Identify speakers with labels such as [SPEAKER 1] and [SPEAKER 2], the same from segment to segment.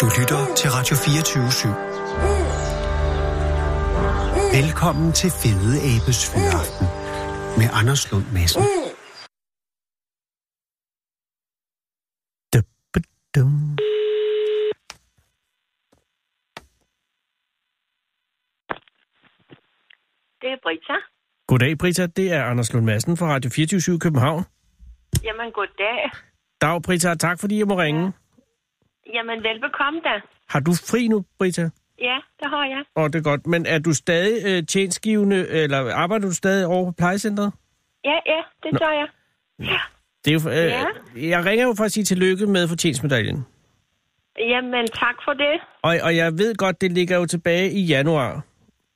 [SPEAKER 1] Du lytter til Radio 24 /7. Velkommen til Fede Abes Fyraften med Anders Lund Madsen. Dum.
[SPEAKER 2] Det er Brita.
[SPEAKER 3] Goddag, Brita. Det er Anders Lund Madsen fra Radio 24 København.
[SPEAKER 2] Jamen, goddag.
[SPEAKER 3] Dag, Brita. Tak, fordi jeg må ringe.
[SPEAKER 2] Jamen, velbekomme da.
[SPEAKER 3] Har du fri nu, Brita?
[SPEAKER 2] Ja, det har jeg.
[SPEAKER 3] Åh, oh, det er godt. Men er du stadig øh, tjenestgivende, eller arbejder du stadig over på plejecentret?
[SPEAKER 2] Ja, ja, det
[SPEAKER 3] Nå.
[SPEAKER 2] gør jeg. Ja.
[SPEAKER 3] Det er jo, øh,
[SPEAKER 2] Ja.
[SPEAKER 3] Jeg ringer jo for at sige tillykke med fortjenstmedaljen.
[SPEAKER 2] Jamen, tak for det.
[SPEAKER 3] Og, og jeg ved godt, det ligger jo tilbage i januar.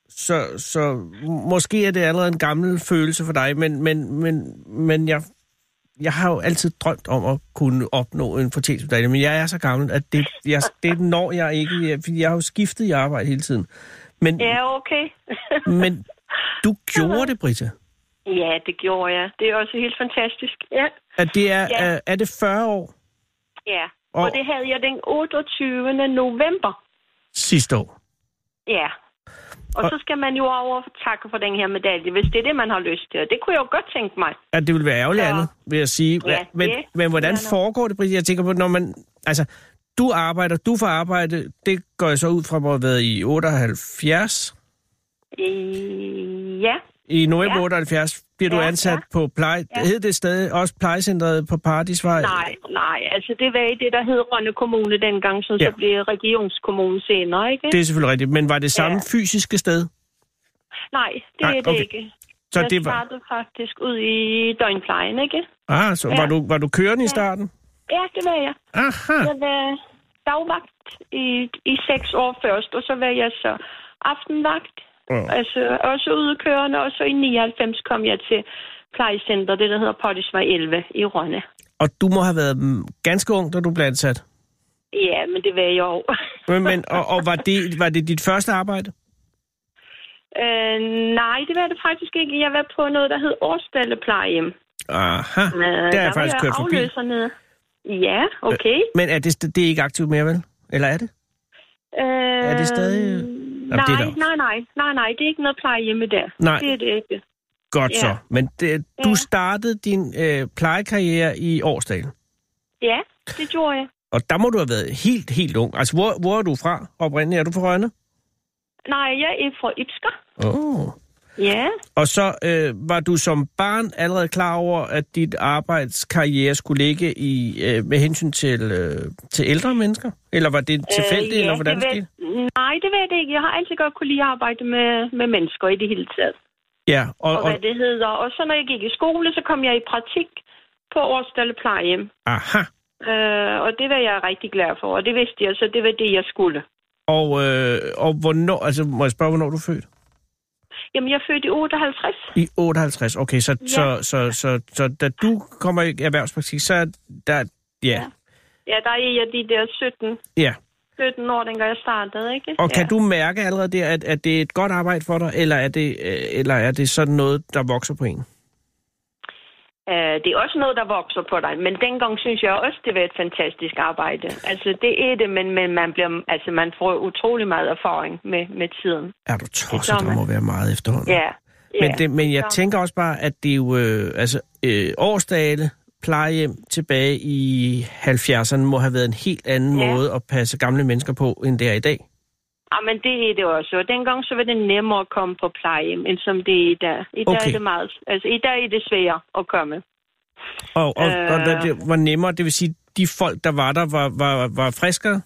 [SPEAKER 3] Så, så måske er det allerede en gammel følelse for dig, men, men, men, men jeg, jeg har jo altid drømt om at kunne opnå en fortjenstmedalje, men jeg er så gammel, at det, jeg, det når jeg ikke, jeg, fordi jeg har jo skiftet i arbejde hele tiden. Men,
[SPEAKER 2] Ja, okay.
[SPEAKER 3] men du gjorde det, Britta.
[SPEAKER 2] ja, det gjorde jeg. Det er også helt fantastisk. Ja,
[SPEAKER 3] At det er,
[SPEAKER 2] Ja.
[SPEAKER 3] er, er det 40 år
[SPEAKER 2] ja.
[SPEAKER 3] Og-
[SPEAKER 2] Og, og det havde jeg den 28. november.
[SPEAKER 3] sidste år?
[SPEAKER 2] Ja. Og,
[SPEAKER 3] Og-
[SPEAKER 2] og så skal man jo over og takke for den her medalje, hvis det er det, man har lyst til. Og det kunne jeg jo godt tænke mig.
[SPEAKER 3] at det ville være ærgerligt
[SPEAKER 2] Så-
[SPEAKER 3] andet, vil jeg sige.
[SPEAKER 2] Ja,
[SPEAKER 3] men,
[SPEAKER 2] det
[SPEAKER 3] men hvordan
[SPEAKER 2] er nok.
[SPEAKER 3] foregår det, Britt? Jeg tænker på, når man... Altså, du arbejder, du får arbejde, det går jeg så ud fra, hvor har været i 78.
[SPEAKER 2] Øh, Ja,
[SPEAKER 3] I november ja.
[SPEAKER 2] Ja.
[SPEAKER 3] 78 bliver du
[SPEAKER 2] Ja,
[SPEAKER 3] ansat ja. på pleje... Ja. Hed det stadig også plejecentret på Paradisvej?
[SPEAKER 2] nej, nej. Altså, det var i det, der hed Rønne Kommune dengang, som
[SPEAKER 3] Ja.
[SPEAKER 2] så blev regionskommune senere, ikke?
[SPEAKER 3] Det er selvfølgelig rigtigt, men var det samme
[SPEAKER 2] Ja.
[SPEAKER 3] ja. fysiske sted?
[SPEAKER 2] Nej, det
[SPEAKER 3] Nej,
[SPEAKER 2] er det
[SPEAKER 3] okay.
[SPEAKER 2] ikke.
[SPEAKER 3] Så
[SPEAKER 2] jeg
[SPEAKER 3] det var...
[SPEAKER 2] startede faktisk ud i døgnplejen, ikke?
[SPEAKER 3] Ah, så
[SPEAKER 2] Ja.
[SPEAKER 3] var, du, var du kørende ja. i starten?
[SPEAKER 2] Ja, det var jeg.
[SPEAKER 3] Aha,
[SPEAKER 2] Jeg var dagvagt i, i seks år først, og så var jeg så aftenvagt.
[SPEAKER 3] Ja.
[SPEAKER 2] Altså også udekørende, og så i 99 kom jeg til plejecenter, det der hedder Pottisvej 11 i Rønne.
[SPEAKER 3] og du må have været mm, ganske ung, da du blev ansat.
[SPEAKER 2] Ja, men det var jeg jo.
[SPEAKER 3] Men, men, og og var, det, var det dit første arbejde?
[SPEAKER 2] øh, nej, det var det faktisk ikke. Jeg var på noget, der hed Årsdalle plejehjem.
[SPEAKER 3] Aha, øh,
[SPEAKER 2] Øh,
[SPEAKER 3] der har jeg
[SPEAKER 2] var
[SPEAKER 3] faktisk kørt forbi.
[SPEAKER 2] afløser nede. Ja, okay.
[SPEAKER 3] Men er det, det er ikke aktivt mere, vel? Eller er det?
[SPEAKER 2] Øh,
[SPEAKER 3] Er det stadig-
[SPEAKER 2] nej,
[SPEAKER 3] det er
[SPEAKER 2] det
[SPEAKER 3] der også.
[SPEAKER 2] nej, nej, nej, nej, det er ikke noget plejehjemme der.
[SPEAKER 3] Nej.
[SPEAKER 2] Det er det ikke.
[SPEAKER 3] Godt
[SPEAKER 2] Ja.
[SPEAKER 3] så. Men det, du
[SPEAKER 2] Ja.
[SPEAKER 3] startede din øh, plejekarriere i Årsdalen.
[SPEAKER 2] Ja, det gjorde jeg.
[SPEAKER 3] Og der må du have været helt, helt ung. Altså, hvor, hvor er du fra oprindeligt? Er du fra Rønne?
[SPEAKER 2] Nej, jeg er fra Ibsker.
[SPEAKER 3] Oh.
[SPEAKER 2] Mm. Ja,
[SPEAKER 3] Og så øh, var du som barn allerede klar over, at dit arbejdskarriere skulle ligge i øh, med hensyn til, øh, til ældre mennesker? Eller var det tilfældigt,
[SPEAKER 2] Øh, ja,
[SPEAKER 3] eller hvordan
[SPEAKER 2] det var-
[SPEAKER 3] skete det?
[SPEAKER 2] nej, det ved jeg det ikke. Jeg har altid godt kunne lide at arbejde med, med mennesker i det hele taget.
[SPEAKER 3] Ja, og,
[SPEAKER 2] Og, og
[SPEAKER 3] og,
[SPEAKER 2] hvad det hedder. Og så når jeg gik i skole, så kom jeg i praktik på Årsdalle plejehjem.
[SPEAKER 3] aha.
[SPEAKER 2] Øh, og det var jeg rigtig glad for, og det vidste jeg, så det var det, jeg skulle.
[SPEAKER 3] Og, øh, og hvornår, altså må jeg spørge, hvornår du er født?
[SPEAKER 2] Jamen, jeg er født i 58.
[SPEAKER 3] I 58, okay, så,
[SPEAKER 2] Ja.
[SPEAKER 3] så, så, så, så da du kommer i erhvervspraktik, så er der, ja,
[SPEAKER 2] Ja, der er jeg de der 17,
[SPEAKER 3] ja.
[SPEAKER 2] 17 år, dengang jeg startede, ikke?
[SPEAKER 3] Og kan
[SPEAKER 2] ja.
[SPEAKER 3] du mærke allerede der, at, at det er et godt arbejde for dig, eller er det, øh, eller er det sådan noget, der vokser på en?
[SPEAKER 2] Øh, det er også noget, der vokser på dig, men dengang synes jeg også, det var et fantastisk arbejde. Altså, det er det, men, men man, bliver, altså, man får utrolig meget erfaring med, med tiden.
[SPEAKER 3] Er du tosset,
[SPEAKER 2] gør
[SPEAKER 3] der
[SPEAKER 2] man.
[SPEAKER 3] må være meget efterhånden.
[SPEAKER 2] Ja. ja.
[SPEAKER 3] Men, det, men jeg
[SPEAKER 2] Så-
[SPEAKER 3] tænker også bare, at det er jo, øh, altså, øh, årsdale, plejehjem tilbage i 70'erne må have været en helt anden
[SPEAKER 2] Ja.
[SPEAKER 3] måde at passe gamle mennesker på, end det er i dag.
[SPEAKER 2] Ja, Ah, men det er det også. Og dengang så var det nemmere at komme på plejehjem, end som det er i dag. I dag
[SPEAKER 3] Okay.
[SPEAKER 2] er det meget... Altså, i dag er det sværere at komme.
[SPEAKER 3] Og, og, øh... og
[SPEAKER 2] Øh.
[SPEAKER 3] hvad det var nemmere, det vil sige, de folk, der var der, var, var, var friskere?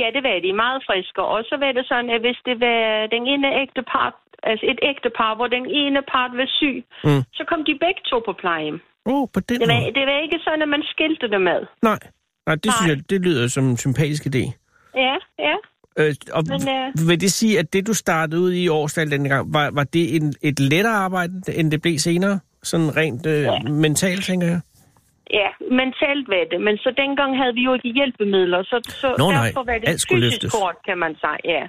[SPEAKER 2] Ja, det var de meget friske. Og så var det sådan, at hvis det var den ene ægte part, altså et ægte par, hvor den ene part var syg,
[SPEAKER 3] Mm.
[SPEAKER 2] mm. så kom de begge to på plejehjem.
[SPEAKER 3] Åh, oh, på den
[SPEAKER 2] Det var,
[SPEAKER 3] måde.
[SPEAKER 2] det var ikke sådan, at man skilte det med.
[SPEAKER 3] Nej, Nej det, synes
[SPEAKER 2] Nej.
[SPEAKER 3] jeg, det lyder som en sympatisk idé.
[SPEAKER 2] Ja, ja.
[SPEAKER 3] Øh, og
[SPEAKER 2] Men, øh,
[SPEAKER 3] Vil det sige, at det, du startede ud i årstal denne gang, var, var det en, et lettere arbejde, end det blev senere? Sådan rent øh, ja. mentalt, tænker jeg.
[SPEAKER 2] Ja, mentalt var det. Men så dengang havde vi jo ikke hjælpemidler, så, så
[SPEAKER 3] Nå, nej.
[SPEAKER 2] derfor var det
[SPEAKER 3] Alt skulle
[SPEAKER 2] fysisk
[SPEAKER 3] løftes.
[SPEAKER 2] hårdt, kan man sige. Ja.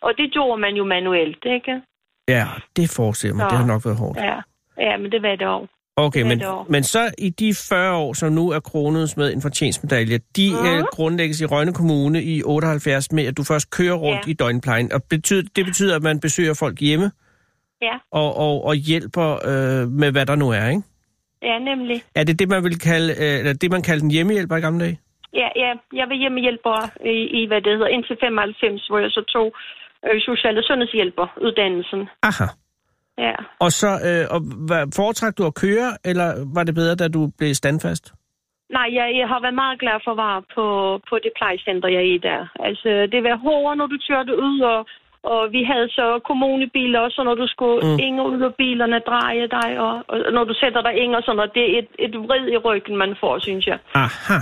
[SPEAKER 2] Og det gjorde man jo manuelt, ikke?
[SPEAKER 3] Ja, det forestiller mig.
[SPEAKER 2] Så-
[SPEAKER 3] Det har nok været hårdt.
[SPEAKER 2] Ja, ja men det var det også.
[SPEAKER 3] Okay, men,
[SPEAKER 2] Hvert år.
[SPEAKER 3] men så i de 40 år, som nu er kronet med en fortjenstmedalje, de mm.
[SPEAKER 2] Mhm.
[SPEAKER 3] øh, grundlægges i Rønne Kommune i 78 med, at du først kører rundt ja.
[SPEAKER 2] Ja.
[SPEAKER 3] i døgnplejen. Og betyder, det betyder, at man besøger folk hjemme
[SPEAKER 2] Ja,
[SPEAKER 3] og, og, og hjælper øh, med, hvad der nu er, ikke?
[SPEAKER 2] ja nemlig.
[SPEAKER 3] Er det det, man vil kalde, øh, eller det, man kaldte en hjemmehjælper i gamle dage?
[SPEAKER 2] Ja, ja, jeg var hjemmehjælper i, i hvad det hedder, indtil 95, hvor jeg så tog øh, social- og sundhedshjælperuddannelsen.
[SPEAKER 3] Aha.
[SPEAKER 2] Ja.
[SPEAKER 3] Og så øh, og hvad, foretrak du at køre, eller var det bedre, da du blev standfast?
[SPEAKER 2] Nej, jeg, jeg har været meget glad for at være på, på det plejecenter, jeg er i der. Altså, det var hårdere, når du kørte ud, og, og vi havde så kommunebiler også, og når du skulle
[SPEAKER 3] Mm.
[SPEAKER 2] mm. ind og ud af bilerne, dreje dig, og, og når du sætter dig ind og sådan noget. Det er et, et vrid i ryggen, man får, synes jeg.
[SPEAKER 3] Aha.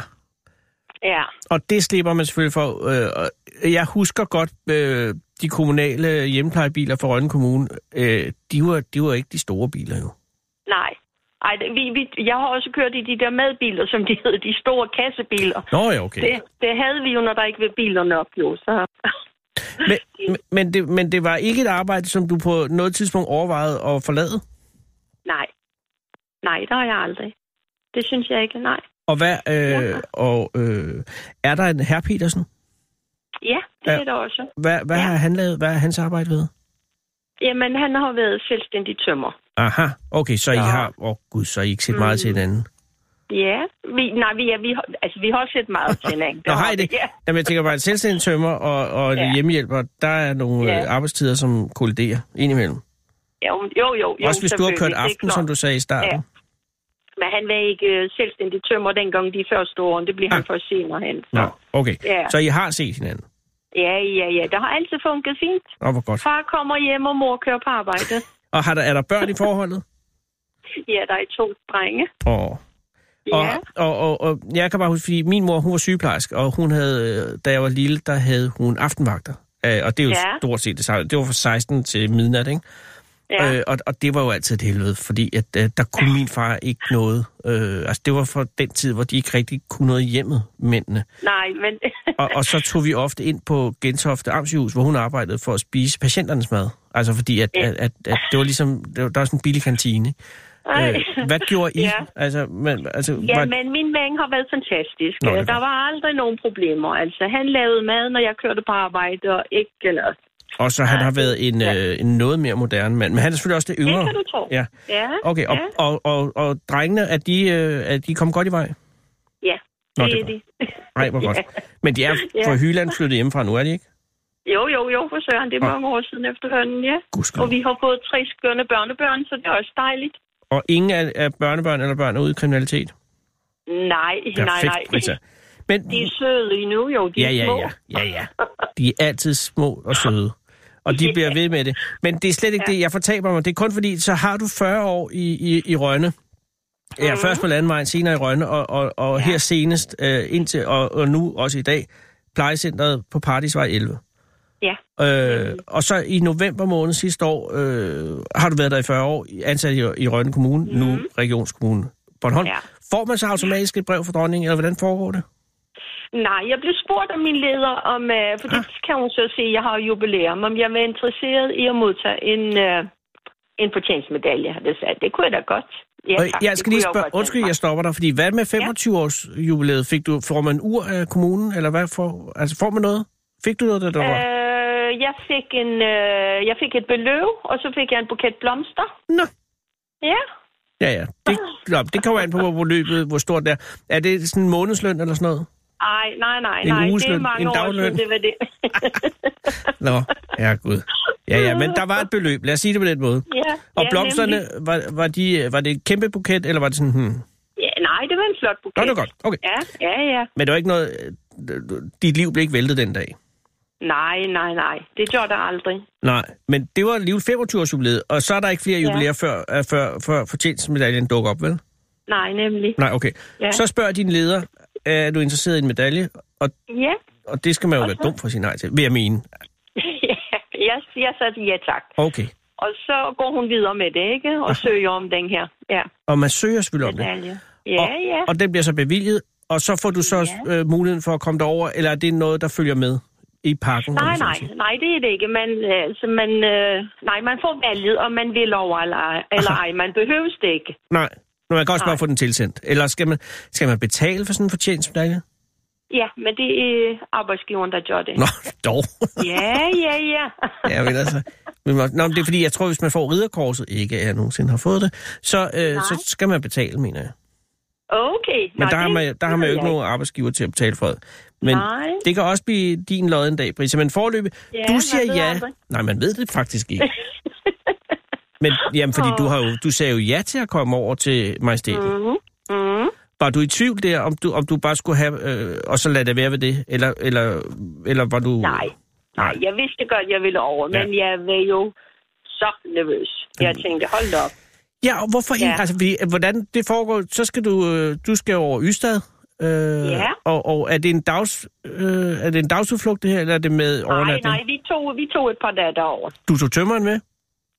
[SPEAKER 2] Ja.
[SPEAKER 3] Og det slipper man selvfølgelig for. Øh, og jeg husker godt øh, de kommunale hjemmeplejebiler fra Rønne Kommune. Øh, de, var, de var ikke de store biler jo.
[SPEAKER 2] Nej. Ej, det- vi, vi, jeg har også kørt i de der madbiler, som de hedder, de store kassebiler.
[SPEAKER 3] Nå ja, okay.
[SPEAKER 2] Det, det havde vi jo, når der ikke var biler nok, jo. Så.
[SPEAKER 3] Men, men- men, det, men det var ikke et arbejde, som du på noget tidspunkt overvejede at forlade?
[SPEAKER 2] Nej. Nej, det har jeg aldrig. Det synes jeg ikke, nej.
[SPEAKER 3] Og, hvad, øh,
[SPEAKER 2] Ja.
[SPEAKER 3] og øh, er der en herr Petersen?
[SPEAKER 2] Ja, det
[SPEAKER 3] Ja.
[SPEAKER 2] ja. er det også.
[SPEAKER 3] Hvad, hvad
[SPEAKER 2] Ja.
[SPEAKER 3] har han lavet? Hvad har hans arbejde været?
[SPEAKER 2] Jamen, han har været selvstændig tømmer.
[SPEAKER 3] Aha, okay, så I
[SPEAKER 2] Ja.
[SPEAKER 3] har... Åh oh, gud, så har I ikke set meget mm. til hinanden.
[SPEAKER 2] Ja, vi, nej, vi, ja, vi, har- altså, vi har set meget til hinanden.
[SPEAKER 3] Nå, har I
[SPEAKER 2] vi.
[SPEAKER 3] det?
[SPEAKER 2] Ja,
[SPEAKER 3] Jamen, jeg tænker bare, at selvstændig tømmer og, og
[SPEAKER 2] Ja.
[SPEAKER 3] ja. hjemmehjælper, der er nogle
[SPEAKER 2] Ja.
[SPEAKER 3] ja. arbejdstider, som kolliderer indimellem.
[SPEAKER 2] jo, jo, jo. jo
[SPEAKER 3] Også hvis du har kørt
[SPEAKER 2] selvfølgelig, det er
[SPEAKER 3] aften,
[SPEAKER 2] klart.
[SPEAKER 3] som du sagde i starten.
[SPEAKER 2] Men han var ikke øh, selvstændig tømmer dengang de første år. Det blev han
[SPEAKER 3] Ah.
[SPEAKER 2] først senere hen. Så.
[SPEAKER 3] Nå, okay.
[SPEAKER 2] Ja.
[SPEAKER 3] Så I har set hinanden.
[SPEAKER 2] Ja, ja, ja. Det har altid funket fint.
[SPEAKER 3] Åh, hvor godt.
[SPEAKER 2] Far kommer hjem, og mor kører på arbejde.
[SPEAKER 3] Og har der, er der børn i forholdet?
[SPEAKER 2] ja, der er to drenge.
[SPEAKER 3] Åh.
[SPEAKER 2] Ja.
[SPEAKER 3] Og, og, og, og jeg kan bare huske, fordi min mor, hun var sygeplejerske, og hun havde, øh, da jeg var lille, der havde hun aftenvagter. Øh, og det er jo ja.
[SPEAKER 2] Ja.
[SPEAKER 3] stort set det samme. Det var fra 16 til midnat, ikke?
[SPEAKER 2] Ja.
[SPEAKER 3] Øh, og, og det var jo altid et helvede, fordi at, øh, der kunne min far ikke noget. Øh, altså, det var fra den tid, hvor de ikke rigtig kunne noget i hjemmet, mændene.
[SPEAKER 2] Nej, men...
[SPEAKER 3] Og, og så tog vi ofte ind på Gentofte Amtssygehus, hvor hun arbejdede for at spise patienternes mad. Altså fordi, at, at, at, at det var ligesom, det var, der var sådan en billig kantine. ikke? Øh, hvad gjorde I?
[SPEAKER 2] Ja.
[SPEAKER 3] Altså, men, altså,
[SPEAKER 2] Ja,
[SPEAKER 3] var,
[SPEAKER 2] men min mand har været fantastisk. Øh,
[SPEAKER 3] Nå, det er
[SPEAKER 2] der
[SPEAKER 3] godt.
[SPEAKER 2] var aldrig nogen problemer. Altså, han lavede mad, når jeg kørte på arbejde, og ikke noget.
[SPEAKER 3] og så han har været en,
[SPEAKER 2] Ja.
[SPEAKER 3] øh, en noget mere moderne mand, men han er selvfølgelig også det
[SPEAKER 2] Det
[SPEAKER 3] yngre.
[SPEAKER 2] kan du tro.
[SPEAKER 3] Ja.
[SPEAKER 2] Ja,
[SPEAKER 3] Okay, og,
[SPEAKER 2] ja.
[SPEAKER 3] og, og, og drengene, er de, øh, er de kommet godt i vej?
[SPEAKER 2] ja.
[SPEAKER 3] Nå,
[SPEAKER 2] det
[SPEAKER 3] det
[SPEAKER 2] er
[SPEAKER 3] er
[SPEAKER 2] det.
[SPEAKER 3] Nej, hvor godt. Men de er
[SPEAKER 2] Ja.
[SPEAKER 3] fra Hyland flyttet hjemmefra nu, er de ikke?
[SPEAKER 2] Jo, jo, jo, for søren. Det er mange år siden efterhånden, ja.
[SPEAKER 3] Gudskelov.
[SPEAKER 2] Og vi har fået tre skønne børnebørn, så det er også dejligt.
[SPEAKER 3] Og ingen af, af børnebørn eller børn er ude i kriminalitet?
[SPEAKER 2] Nej, nej,
[SPEAKER 3] Perfekt,
[SPEAKER 2] nej.
[SPEAKER 3] Britta. Men,
[SPEAKER 2] De er søde endnu, jo. De
[SPEAKER 3] ja,
[SPEAKER 2] er
[SPEAKER 3] ja,
[SPEAKER 2] små.
[SPEAKER 3] ja, ja, ja. De er altid små og søde. Og de
[SPEAKER 2] Ja.
[SPEAKER 3] bliver ved med det. Men det er slet ikke det, jeg fortaber mig. Det er kun fordi, så har du 40 år i, i, i Rønne.
[SPEAKER 2] Mhm.
[SPEAKER 3] Ja, først på Landvejen, senere i Rønne, og, og, og her senest øh, indtil, og, og nu også i dag, plejecentret på Partisvej 11.
[SPEAKER 2] Ja.
[SPEAKER 3] Øh, og så i november måned sidste år øh, har du været der i 40 år, ansat i, i Rønne Kommune, mm. nu Regionskommune Bornholm. Ja.
[SPEAKER 2] Mhm. Ja.
[SPEAKER 3] Får man så automatisk et brev fra dronningen, eller hvordan foregår det?
[SPEAKER 2] Nej, jeg blev spurgt af min leder, om, øh, for det
[SPEAKER 3] Ah.
[SPEAKER 2] kan hun så sige, jeg har jo jubilæum, om jeg var interesseret i at modtage en, øh, en fortjenstmedalje. Det, sagde, jeg, det kunne jeg da godt. Ja,
[SPEAKER 3] Og
[SPEAKER 2] tak,
[SPEAKER 3] jeg
[SPEAKER 2] det
[SPEAKER 3] skal
[SPEAKER 2] kunne
[SPEAKER 3] lige
[SPEAKER 2] jo
[SPEAKER 3] spørge,
[SPEAKER 2] godt
[SPEAKER 3] undskyld,
[SPEAKER 2] tænke
[SPEAKER 3] jeg stopper dig, fordi hvad med 25-års jubilæet? Fik du, får man ur af kommunen, eller hvad får, altså får man noget? Fik du noget, der, der
[SPEAKER 2] mig.
[SPEAKER 3] var?
[SPEAKER 2] Øh, jeg, fik en, øh, jeg fik et beløb, og så fik jeg en buket blomster.
[SPEAKER 3] Nå,
[SPEAKER 2] Ja,
[SPEAKER 3] ja, ja. Det, nå, det kommer an på, hvor- hvor løbet, hvor stort det er. Er det sådan en månedsløn eller sådan noget?
[SPEAKER 2] ej, nej, nej,
[SPEAKER 3] En
[SPEAKER 2] nej, det
[SPEAKER 3] ugesløn,
[SPEAKER 2] er mange
[SPEAKER 3] en
[SPEAKER 2] år
[SPEAKER 3] dagløn.
[SPEAKER 2] siden, det var det.
[SPEAKER 3] Nå, ja gud. Ja, ja, men der var et beløb, lad os sige det på den måde.
[SPEAKER 2] ja,
[SPEAKER 3] Og
[SPEAKER 2] ja,
[SPEAKER 3] blomsterne,
[SPEAKER 2] nemlig.
[SPEAKER 3] var, var, de, var det et kæmpe buket, eller var det sådan, hmm. Nå,
[SPEAKER 2] Ja, nej, det var en flot buket.
[SPEAKER 3] det var godt, okay.
[SPEAKER 2] Ja, ja, ja.
[SPEAKER 3] Men det var ikke noget, øh, dit liv blev ikke væltet den dag.
[SPEAKER 2] Nej, nej, nej, det gjorde der aldrig.
[SPEAKER 3] Nej, men det var livet 25-års jubilæet, og så er der ikke flere jubilæer, ja. før, øh, før, før fortjenstmedaljen dukker op, vel?
[SPEAKER 2] Nej, nemlig.
[SPEAKER 3] Nej, okay. Ja.
[SPEAKER 2] Ja.
[SPEAKER 3] Så spørger din leder, er du interesseret i en medalje? Og,
[SPEAKER 2] Ja.
[SPEAKER 3] og det skal man jo være dum for at sige nej til, vil jeg mene.
[SPEAKER 2] jeg, jeg sagde ja tak.
[SPEAKER 3] Okay.
[SPEAKER 2] Og så går hun videre med det, ikke? Og søger om den her. Ja,
[SPEAKER 3] Og man søger selvfølgelig om det.
[SPEAKER 2] medalje. Ja,
[SPEAKER 3] og,
[SPEAKER 2] ja.
[SPEAKER 3] og den bliver så bevilget, og så får du så ja. øh, muligheden for at komme derover, eller er det noget, der følger med i pakken? om
[SPEAKER 2] Nej,
[SPEAKER 3] man så må
[SPEAKER 2] nej,
[SPEAKER 3] sige?
[SPEAKER 2] nej, det er det ikke. Man, øh, altså, man, øh, nej, man får valget, om man vil over eller ej. Eller ej. Man behøves det ikke.
[SPEAKER 3] Nej. Men man kan også
[SPEAKER 2] Nej.
[SPEAKER 3] bare få den tilsendt. Eller skal man, skal man betale for sådan en fortjenstmedalje?
[SPEAKER 2] Ja, men det er arbejdsgiveren, der gør det.
[SPEAKER 3] Nå, dog.
[SPEAKER 2] Ja, ja, ja.
[SPEAKER 3] ja, men altså. Men, man- nå, men det er fordi, jeg tror, hvis man får ridderkorset, ikke at jeg nogensinde har fået det, så, øh, så skal man betale, mener jeg.
[SPEAKER 2] Okay.
[SPEAKER 3] Men
[SPEAKER 2] Nå,
[SPEAKER 3] der, har
[SPEAKER 2] det-
[SPEAKER 3] man, der har
[SPEAKER 2] det
[SPEAKER 3] man
[SPEAKER 2] ved
[SPEAKER 3] jo ikke
[SPEAKER 2] jeg
[SPEAKER 3] nogen arbejdsgiver til at betale for det. Men
[SPEAKER 2] Nej.
[SPEAKER 3] det kan også blive din lod en dag, Brisa. Men forløbig,
[SPEAKER 2] Ja,
[SPEAKER 3] du
[SPEAKER 2] man
[SPEAKER 3] siger
[SPEAKER 2] ved
[SPEAKER 3] ja.
[SPEAKER 2] aldrig.
[SPEAKER 3] Nej, man ved det faktisk ikke. Men jamen, fordi du, har jo, du sagde jo ja til at komme over til majestæten. Mm.
[SPEAKER 2] Mhm. Mhm.
[SPEAKER 3] Var du i tvivl der, om du, om du bare skulle have, øh, og så lade det være ved det? Eller, eller, eller var du...
[SPEAKER 2] Nej. Nej, jeg vidste godt, jeg ville over,
[SPEAKER 3] Ja.
[SPEAKER 2] ja. men jeg var jo så nervøs. Jeg tænkte, hold da op.
[SPEAKER 3] Ja, og hvorfor ja.
[SPEAKER 2] Ja.
[SPEAKER 3] Altså, vi, hvordan det foregår, så skal du, øh, du skal over Ystad. Øh,
[SPEAKER 2] Ja.
[SPEAKER 3] og, og er det en dags, øh, er det en dagsudflugt det her, eller er det med
[SPEAKER 2] Nej,
[SPEAKER 3] overnatning?
[SPEAKER 2] nej, vi tog, vi tog et par dage derover.
[SPEAKER 3] Du tog tømmeren med?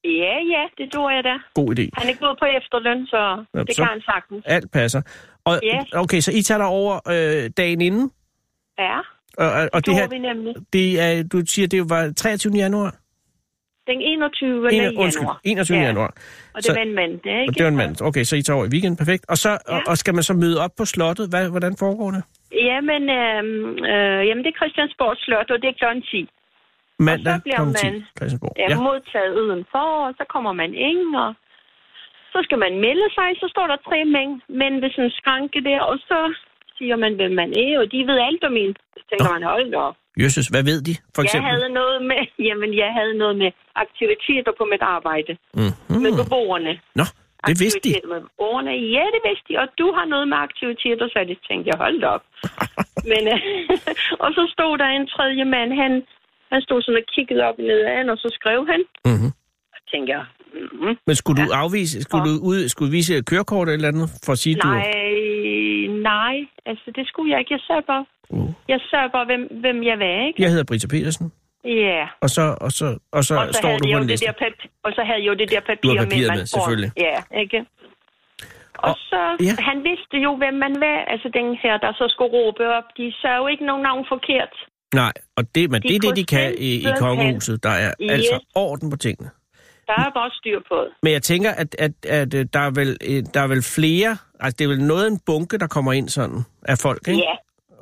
[SPEAKER 2] Ja, ja, det gjorde jeg da.
[SPEAKER 3] God idé.
[SPEAKER 2] Han er gået på efterløn, så
[SPEAKER 3] Ja,
[SPEAKER 2] det
[SPEAKER 3] så-
[SPEAKER 2] kan han sagtens.
[SPEAKER 3] Alt passer. Og,
[SPEAKER 2] Yes.
[SPEAKER 3] Okay, så I tager dig over øh, dagen inden,
[SPEAKER 2] Ja,
[SPEAKER 3] og, og, og
[SPEAKER 2] det
[SPEAKER 3] det her,
[SPEAKER 2] vi nemlig.
[SPEAKER 3] det er, du siger, det var 23. januar?
[SPEAKER 2] Den
[SPEAKER 3] En-
[SPEAKER 2] 21. januar.
[SPEAKER 3] undskyld, 21.
[SPEAKER 2] Ja,
[SPEAKER 3] januar.
[SPEAKER 2] Og det
[SPEAKER 3] Så-
[SPEAKER 2] var en mand, det,
[SPEAKER 3] Og
[SPEAKER 2] ikke?
[SPEAKER 3] det var en mand. Okay, så I tager over i weekenden, perfekt. Og, så, og,
[SPEAKER 2] Ja.
[SPEAKER 3] og skal man så møde op på slottet? Hvad, hvordan foregår det?
[SPEAKER 2] Jamen, øhm, øh, jamen, det er Christiansborg Slot, og det er klokken 10.
[SPEAKER 3] Mandag kl.
[SPEAKER 2] bliver
[SPEAKER 3] 10,
[SPEAKER 2] man-
[SPEAKER 3] Christiansborg.
[SPEAKER 2] er ja. modtaget udenfor, og så kommer man ind, og så skal man melde sig, så står der tre mænd, mænd ved sådan en skranke der, og så siger man, hvem man er, og de ved alt om en. Så tænker
[SPEAKER 3] Nå.
[SPEAKER 2] man, hold da op.
[SPEAKER 3] Jøsses, hvad ved de, for
[SPEAKER 2] Jeg
[SPEAKER 3] eksempel?
[SPEAKER 2] havde noget med, jamen, jeg havde noget med aktiviteter på mit arbejde, mm. med
[SPEAKER 3] Mm-hmm.
[SPEAKER 2] beboerne.
[SPEAKER 3] Nå, det vidste de.
[SPEAKER 2] Aktiviteter Med beboerne. Ja, det vidste de, og du har noget med aktiviteter, så det tænkte jeg, hold da op. Men, øh, og så stod der en tredje mand, han, han stod sådan og kiggede op og nedad, og så skrev han,
[SPEAKER 3] Mm-hmm.
[SPEAKER 2] tænker jeg. Mm-hmm.
[SPEAKER 3] Men skulle du afvise, skulle
[SPEAKER 2] Og-
[SPEAKER 3] du ud, skulle vise et kørekort eller andet, for at sige,
[SPEAKER 2] Nej, nej, altså det skulle jeg ikke. Jeg sagde bare,
[SPEAKER 3] du... Uh.
[SPEAKER 2] jeg sagde bare hvem, hvem jeg var, ikke?
[SPEAKER 3] Jeg hedder Brita Petersen,
[SPEAKER 2] Ja.
[SPEAKER 3] og så, og så, og så,
[SPEAKER 2] Og så,
[SPEAKER 3] Øh, står
[SPEAKER 2] havde
[SPEAKER 3] du
[SPEAKER 2] jeg
[SPEAKER 3] på
[SPEAKER 2] jo
[SPEAKER 3] en
[SPEAKER 2] det
[SPEAKER 3] liste.
[SPEAKER 2] der pap- og så havde jeg jo det der papir,
[SPEAKER 3] Du har papiret
[SPEAKER 2] man
[SPEAKER 3] med,
[SPEAKER 2] får.
[SPEAKER 3] selvfølgelig.
[SPEAKER 2] Ja, ikke? Og,
[SPEAKER 3] Og-
[SPEAKER 2] så,
[SPEAKER 3] ja.
[SPEAKER 2] ja. han vidste jo, hvem man var. Altså den her, der så skulle råbe op, de sagde jo ikke nogen navn forkert.
[SPEAKER 3] Nej, og det, men
[SPEAKER 2] De
[SPEAKER 3] det er det,
[SPEAKER 2] kunne
[SPEAKER 3] de kan i, i
[SPEAKER 2] simpelthen-
[SPEAKER 3] kongehuset. Der er
[SPEAKER 2] Yes.
[SPEAKER 3] altså orden på tingene.
[SPEAKER 2] Der er bare styr på det.
[SPEAKER 3] Men jeg tænker, at, at, at øh, der, er vel, øh, der er vel flere... Altså, det er vel noget af en bunke, der kommer ind sådan af folk, ikke?
[SPEAKER 2] Ja.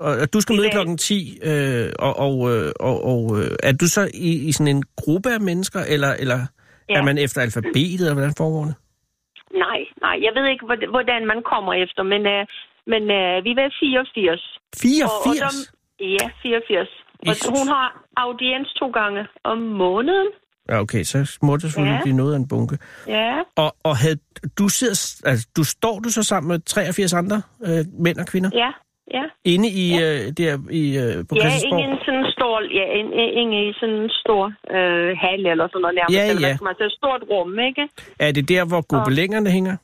[SPEAKER 3] Og, og du skal møde
[SPEAKER 2] Det er-
[SPEAKER 3] klokken 10, øh, og, og, øh, og, og øh, er du så i, i sådan en gruppe af mennesker, eller, eller ja.
[SPEAKER 2] Ja.
[SPEAKER 3] er man efter alfabetet, eller hvordan foregår det?
[SPEAKER 2] Nej, nej, jeg ved ikke, hvordan- hvordan man kommer efter, men, øh, men øh, vi var 84. Og, og
[SPEAKER 3] 84?
[SPEAKER 2] der, ja, 84. Og
[SPEAKER 3] Jesus.
[SPEAKER 2] hun har audiens to gange om måneden.
[SPEAKER 3] Ja, okay, så må det selvfølgelig ja.
[SPEAKER 2] Ja.
[SPEAKER 3] blive noget af en bunke.
[SPEAKER 2] Ja.
[SPEAKER 3] Og, og havde, du sidder, altså, du, står du så sammen med 83 andre øh, mænd og kvinder?
[SPEAKER 2] Ja, ja.
[SPEAKER 3] Inde i, ja. øh, der, i øh, på
[SPEAKER 2] Ja,
[SPEAKER 3] Christiansborg?
[SPEAKER 2] ingen sådan stor, ja, en, en- ingen i sådan en stor øh, hal eller sådan noget nærmest.
[SPEAKER 3] Ja,
[SPEAKER 2] eller hvad
[SPEAKER 3] ja.
[SPEAKER 2] skal Man, det er et stort rum, ikke?
[SPEAKER 3] Er det der, hvor gobelængerne hænger?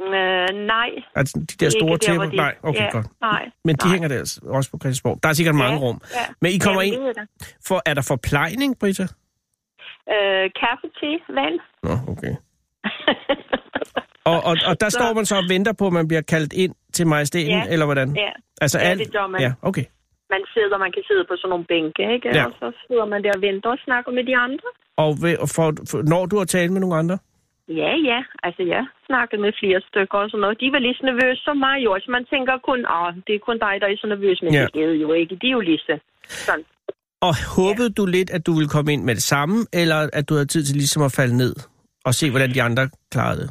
[SPEAKER 2] Øh, nej.
[SPEAKER 3] Altså de der
[SPEAKER 2] ikke
[SPEAKER 3] store
[SPEAKER 2] der, hvor
[SPEAKER 3] tæpper?
[SPEAKER 2] de-
[SPEAKER 3] Nej, okay,
[SPEAKER 2] ja,
[SPEAKER 3] godt.
[SPEAKER 2] Nej.
[SPEAKER 3] Men de
[SPEAKER 2] nej.
[SPEAKER 3] hænger der altså også på Christiansborg. Der er sikkert mange rum.
[SPEAKER 2] Ja.
[SPEAKER 3] Men I kommer
[SPEAKER 2] ja,
[SPEAKER 3] ind.
[SPEAKER 2] det ved jeg da.
[SPEAKER 3] For, er der forplejning, Britta?
[SPEAKER 2] Øh, kaffe, te, vand.
[SPEAKER 3] Nå, okay. Og, og, og der
[SPEAKER 2] Så-
[SPEAKER 3] står man så og venter på, at man bliver kaldt ind til majestæten,
[SPEAKER 2] Ja.
[SPEAKER 3] eller hvordan?
[SPEAKER 2] ja.
[SPEAKER 3] Altså
[SPEAKER 2] Ja,
[SPEAKER 3] alt...
[SPEAKER 2] det gør man.
[SPEAKER 3] Ja, okay.
[SPEAKER 2] Man sidder, man kan sidde på sådan nogle bænke, ikke?
[SPEAKER 3] Ja.
[SPEAKER 2] Og så sidder man der og venter og snakker med de andre.
[SPEAKER 3] Og ved, og for, for, når du har talt med nogle andre?
[SPEAKER 2] Ja, ja. Altså, jeg snakkede med flere stykker og sådan noget. De var lige så nervøse som mig jo. Altså, man tænker kun, at det er kun dig, der er så nervøs, men
[SPEAKER 3] Ja.
[SPEAKER 2] ja. det er jo ikke. De er jo lige så. Sådan.
[SPEAKER 3] Og håbede du lidt, at du ville komme ind med det samme, eller at du havde tid til ligesom at falde ned og se, hvordan de andre klarede det?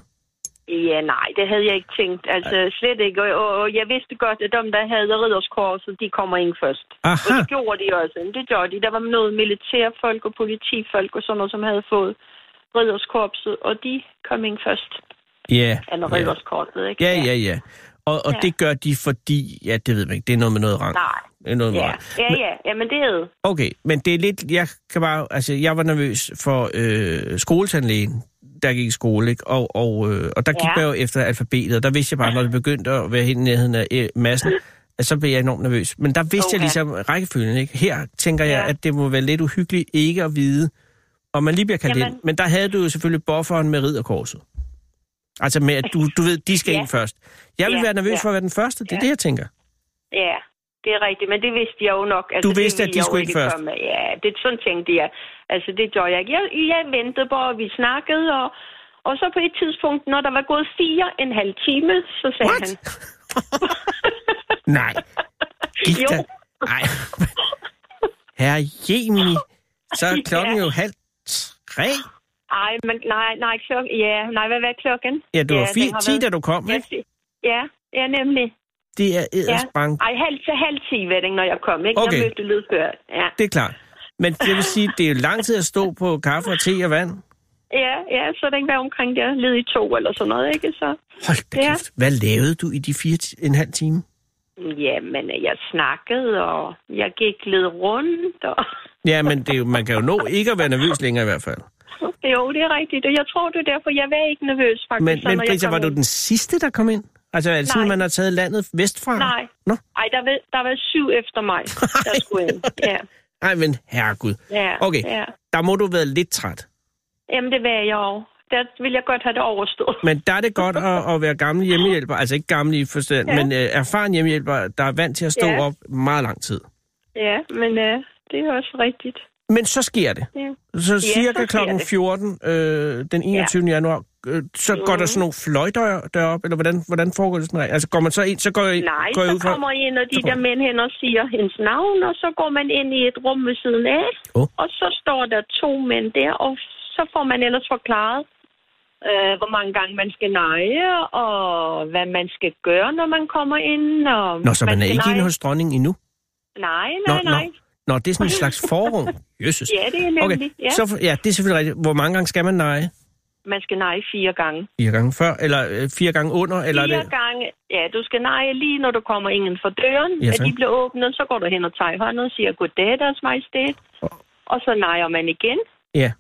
[SPEAKER 2] Ja, nej, det havde jeg ikke tænkt. Altså, slet ikke. Og, og, og jeg vidste godt, at dem, der havde ridderskorset, de kommer ind først. Og
[SPEAKER 3] Aha,
[SPEAKER 2] det gjorde de også. Det gjorde de. Der var noget militærfolk og politifolk og sådan noget, som havde fået ridderskorpset, og de kom ind først.
[SPEAKER 3] ja.
[SPEAKER 2] Eller
[SPEAKER 3] Ja.
[SPEAKER 2] ridderskorpset, ikke?
[SPEAKER 3] Ja, ja, ja. Og, og ja.
[SPEAKER 2] Ja.
[SPEAKER 3] det gør de, fordi... Ja, det ved man ikke. Det er noget med noget rang.
[SPEAKER 2] Nej.
[SPEAKER 3] Det er noget med
[SPEAKER 2] Ja,
[SPEAKER 3] rang.
[SPEAKER 2] ja, ja. Jamen, det havde.
[SPEAKER 3] Okay, men det er lidt... Jeg kan bare... Altså, jeg var nervøs for øh, skoletandlægen, der gik i skole, ikke? Og, og, øh, og der gik
[SPEAKER 2] Ja.
[SPEAKER 3] man jo efter alfabetet, og der vidste jeg bare, når det begyndte at være helt i nærheden af øh, massen, at så blev jeg enormt nervøs. Men der vidste okay. jeg
[SPEAKER 2] Okay.
[SPEAKER 3] ligesom rækkefølgen, ikke? Her tænker jeg,
[SPEAKER 2] Ja.
[SPEAKER 3] at det må være lidt uhyggeligt ikke at vide, om man lige bliver kaldt
[SPEAKER 2] Jamen.
[SPEAKER 3] ind. Men der havde du jo selvfølgelig bufferen med ridderkorset. Altså med, at du, du ved, de skal
[SPEAKER 2] Ja.
[SPEAKER 3] ind først. Jeg vil
[SPEAKER 2] Ja,
[SPEAKER 3] være nervøs
[SPEAKER 2] ja.
[SPEAKER 3] for at være den første. Det er
[SPEAKER 2] Ja.
[SPEAKER 3] det, jeg tænker.
[SPEAKER 2] Ja, det er rigtigt, men det vidste jeg jo nok. Altså,
[SPEAKER 3] Du vidste,
[SPEAKER 2] det
[SPEAKER 3] at
[SPEAKER 2] ville
[SPEAKER 3] de
[SPEAKER 2] jeg jo
[SPEAKER 3] skulle ind
[SPEAKER 2] ikke
[SPEAKER 3] først?
[SPEAKER 2] komme- Ja, det, sådan tænkte jeg. Altså, det gjorde jeg ikke. Jeg, jeg ventede bare, og vi snakkede, og, Og så på et tidspunkt, når der var gået fire en halv time, så sagde
[SPEAKER 3] What?
[SPEAKER 2] han...
[SPEAKER 3] Nej. Gik
[SPEAKER 2] Jo.
[SPEAKER 3] der? Nej. Herre Jemini. Så er klokken
[SPEAKER 2] Ja.
[SPEAKER 3] jo halv tre.
[SPEAKER 2] Ej, men nej, nej, klokken... Ja, nej, hvad var klokken?
[SPEAKER 3] Ja, du var
[SPEAKER 2] den
[SPEAKER 3] fi-
[SPEAKER 2] har
[SPEAKER 3] 10,
[SPEAKER 2] været-
[SPEAKER 3] da du kom,
[SPEAKER 2] Ja,
[SPEAKER 3] ikke?
[SPEAKER 2] ti- Ja, ja, nemlig.
[SPEAKER 3] Det er
[SPEAKER 2] Ja.
[SPEAKER 3] eddersbank.
[SPEAKER 2] Ej, halv til halv ti var det, ikke, når jeg kom, ikke?
[SPEAKER 3] Okay.
[SPEAKER 2] Jeg mødte lidt før. Ja.
[SPEAKER 3] Det er klart. Men det vil sige, det er jo lang tid at stå på kaffe og te og vand.
[SPEAKER 2] ja, ja, så den var omkring der, lidt i to eller sådan noget, ikke? Så,
[SPEAKER 3] Hold da
[SPEAKER 2] Ja.
[SPEAKER 3] kæft. Hvad lavede du i de fire ti- en halv time?
[SPEAKER 2] jamen, øh, jeg snakkede, og jeg gik lidt rundt, og...
[SPEAKER 3] Ja, men det er jo, man kan jo nå ikke at være nervøs længere i hvert fald.
[SPEAKER 2] Jo, det er rigtigt. Og Jeg tror, det er derfor, jeg var ikke nervøs, faktisk.
[SPEAKER 3] Men,
[SPEAKER 2] så
[SPEAKER 3] men
[SPEAKER 2] når jeg
[SPEAKER 3] Brita,
[SPEAKER 2] kom
[SPEAKER 3] var du
[SPEAKER 2] ind.
[SPEAKER 3] den sidste, der kom ind? Altså, er det sådan,
[SPEAKER 2] Nej.
[SPEAKER 3] man har taget landet vestfra?
[SPEAKER 2] Nej.
[SPEAKER 3] Nå?
[SPEAKER 2] Ej, der var, der var syv efter mig, der skulle ind. Ja,
[SPEAKER 3] Nej, men herregud.
[SPEAKER 2] ja,
[SPEAKER 3] Okay.
[SPEAKER 2] ja.
[SPEAKER 3] Der må du være lidt træt.
[SPEAKER 2] Jamen, det var jeg jo. Der ville jeg godt have det overstået.
[SPEAKER 3] Men der er det godt at, at være gammel hjemmehjælper. Altså ikke gammel i forstand, ja.
[SPEAKER 2] Ja.
[SPEAKER 3] men øh, erfaren hjemmehjælper, der er vant til at stå ja.
[SPEAKER 2] Ja.
[SPEAKER 3] op meget lang tid.
[SPEAKER 2] Ja, men øh, det er også rigtigt.
[SPEAKER 3] Men så sker det.
[SPEAKER 2] Ja.
[SPEAKER 3] Så cirka
[SPEAKER 2] så sker
[SPEAKER 3] klokken
[SPEAKER 2] det.
[SPEAKER 3] 14 øh, den 21. Ja. januar, øh, så går der sådan nogle fløjdør derop, eller hvordan, hvordan foregår det sådan? rent? Altså går man så ind, så går, I-
[SPEAKER 2] Nej,
[SPEAKER 3] går I
[SPEAKER 2] så
[SPEAKER 3] ud fra...
[SPEAKER 2] kommer en af de
[SPEAKER 3] Så
[SPEAKER 2] der mænd hen og siger hendes navn, og så går man ind i et rum ved siden af,
[SPEAKER 3] Åh.
[SPEAKER 2] og så står der to mænd der, og så får man ellers forklaret, øh, hvor mange gange man skal neje, og hvad man skal gøre, når man kommer ind. Og
[SPEAKER 3] Nå, så man er
[SPEAKER 2] skal
[SPEAKER 3] ikke inde
[SPEAKER 2] neje-
[SPEAKER 3] hos dronningen endnu?
[SPEAKER 2] Nej,
[SPEAKER 3] Nå,
[SPEAKER 2] nej, nej.
[SPEAKER 3] Nå, nå, det er sådan en slags forrum. Jesus.
[SPEAKER 2] Ja, det er nemlig.
[SPEAKER 3] Okay,
[SPEAKER 2] Ja.
[SPEAKER 3] så, for- ja, det er selvfølgelig rigtigt. Hvor mange gange skal man neje?
[SPEAKER 2] Man skal neje fire gange.
[SPEAKER 3] Fire gange før, eller øh, fire gange under, eller er
[SPEAKER 2] fire
[SPEAKER 3] det...
[SPEAKER 2] gange. Ja, du skal neje lige, når du kommer inden for døren.
[SPEAKER 3] Ja,
[SPEAKER 2] Ja,
[SPEAKER 3] tak.
[SPEAKER 2] de bliver åbnet, så går du hen og tager i hånden og siger, goddag, deres majestæt. Og så nejer man igen.
[SPEAKER 3] Ja,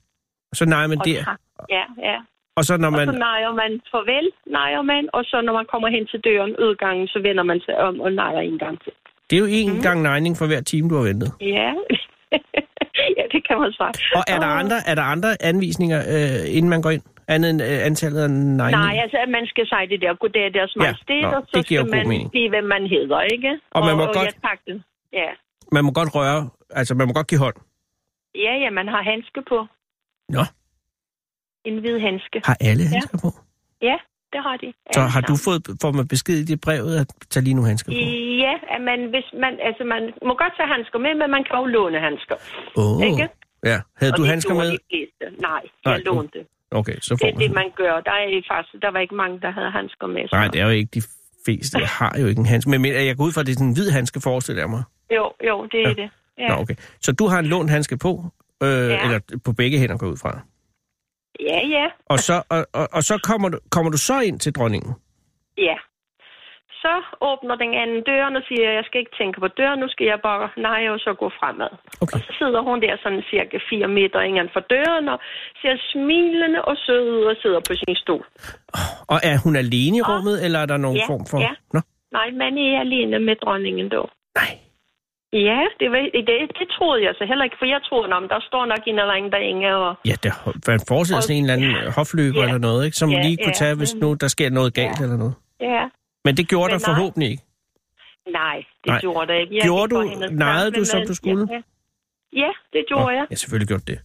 [SPEAKER 3] så nejer man
[SPEAKER 2] Og
[SPEAKER 3] der.
[SPEAKER 2] tak. Ja, ja.
[SPEAKER 3] Og så når
[SPEAKER 2] Og
[SPEAKER 3] man...
[SPEAKER 2] så nejer man farvel, nejer man, og så når man kommer hen til døren, udgangen, så vender man sig om og nejer en gang til.
[SPEAKER 3] Det er jo én
[SPEAKER 2] Mhm.
[SPEAKER 3] gang nejning for hver time, du har ventet.
[SPEAKER 2] Ja, ja det kan man svare.
[SPEAKER 3] Og er der andre, er der andre anvisninger, øh, inden man går ind? Andet end øh, antallet af nejninger?
[SPEAKER 2] Nej, altså at man skal sige det der, goddag deres
[SPEAKER 3] Ja,
[SPEAKER 2] majestæt,
[SPEAKER 3] nå,
[SPEAKER 2] og så
[SPEAKER 3] det giver
[SPEAKER 2] skal
[SPEAKER 3] jo god
[SPEAKER 2] man
[SPEAKER 3] mening.
[SPEAKER 2] sige, hvem man hedder, ikke?
[SPEAKER 3] Og man må
[SPEAKER 2] og
[SPEAKER 3] godt-
[SPEAKER 2] Jeg takte. Ja.
[SPEAKER 3] Man må godt røre, altså man må godt give hånd.
[SPEAKER 2] ja, ja, man har handske på.
[SPEAKER 3] Nå,
[SPEAKER 2] En hvid handske.
[SPEAKER 3] har alle handsker på?
[SPEAKER 2] Ja, det har de.
[SPEAKER 3] Så
[SPEAKER 2] Alle
[SPEAKER 3] har du
[SPEAKER 2] sammen.
[SPEAKER 3] fået, får man besked i dit brev, at tage lige nu handsker på?
[SPEAKER 2] Ja, at man, hvis man, altså man må godt tage handsker med, men man kan jo låne handsker.
[SPEAKER 3] Åh, oh.
[SPEAKER 2] Ikke?
[SPEAKER 3] ja. Havde
[SPEAKER 2] Og
[SPEAKER 3] du
[SPEAKER 2] det
[SPEAKER 3] handsker
[SPEAKER 2] gjorde
[SPEAKER 3] med?
[SPEAKER 2] De fleste. Nej,
[SPEAKER 3] Nej,
[SPEAKER 2] jeg
[SPEAKER 3] du-
[SPEAKER 2] lånte.
[SPEAKER 3] Okay, så
[SPEAKER 2] Det
[SPEAKER 3] får
[SPEAKER 2] er det,
[SPEAKER 3] man.
[SPEAKER 2] man gør. Der er i faktisk, der var ikke mange, der havde handsker med. så-
[SPEAKER 3] Nej, det er jo ikke de fleste. Jeg har jo ikke en handske. Men men jeg går ud fra, at det er sådan en hvid handske, forestiller jeg mig.
[SPEAKER 2] Jo, jo, det er
[SPEAKER 3] Ja.
[SPEAKER 2] det.
[SPEAKER 3] Ja. Nå, okay. Så du har en lånt handske på, øh, ja. eller på begge hænder går jeg ud fra.
[SPEAKER 2] ja, ja.
[SPEAKER 3] Og så, og, og, og så kommer, du, kommer du så ind til dronningen?
[SPEAKER 2] Ja. Så åbner den anden døren og siger, jeg skal ikke tænke på døren, nu skal jeg bare nej og så gå fremad.
[SPEAKER 3] Okay.
[SPEAKER 2] Og så sidder hun der sådan cirka 4 meter inden for døren og ser smilende og sød ud og sidder på sin stol.
[SPEAKER 3] Og er hun alene i rummet, eller er der nogen
[SPEAKER 2] Ja,
[SPEAKER 3] form for...
[SPEAKER 2] ja.
[SPEAKER 3] Nå,
[SPEAKER 2] Nej, man er alene med dronningen dog.
[SPEAKER 3] nej.
[SPEAKER 2] Ja, det, var, det, det troede jeg så heller ikke, for jeg troede, om der står nok en eller anden derinde, og
[SPEAKER 3] Ja, der, man forestiller sig
[SPEAKER 2] Og-
[SPEAKER 3] en eller anden hofløber
[SPEAKER 2] Ja.
[SPEAKER 3] eller noget, ikke? som
[SPEAKER 2] Ja,
[SPEAKER 3] lige kunne
[SPEAKER 2] ja.
[SPEAKER 3] tage, hvis nu der sker noget galt eller noget.
[SPEAKER 2] ja,
[SPEAKER 3] Men det gjorde
[SPEAKER 2] Men
[SPEAKER 3] der
[SPEAKER 2] nej.
[SPEAKER 3] forhåbentlig ikke.
[SPEAKER 2] nej, det
[SPEAKER 3] Nej.
[SPEAKER 2] nej. gjorde det ikke. Jeg
[SPEAKER 3] Gjorde
[SPEAKER 2] gik for
[SPEAKER 3] du-
[SPEAKER 2] hendes
[SPEAKER 3] nejede
[SPEAKER 2] tanke,
[SPEAKER 3] du, som
[SPEAKER 2] men-
[SPEAKER 3] du skulle?
[SPEAKER 2] Ja, ja det
[SPEAKER 3] Nå,
[SPEAKER 2] gjorde jeg.
[SPEAKER 3] Ja, selvfølgelig gjorde det.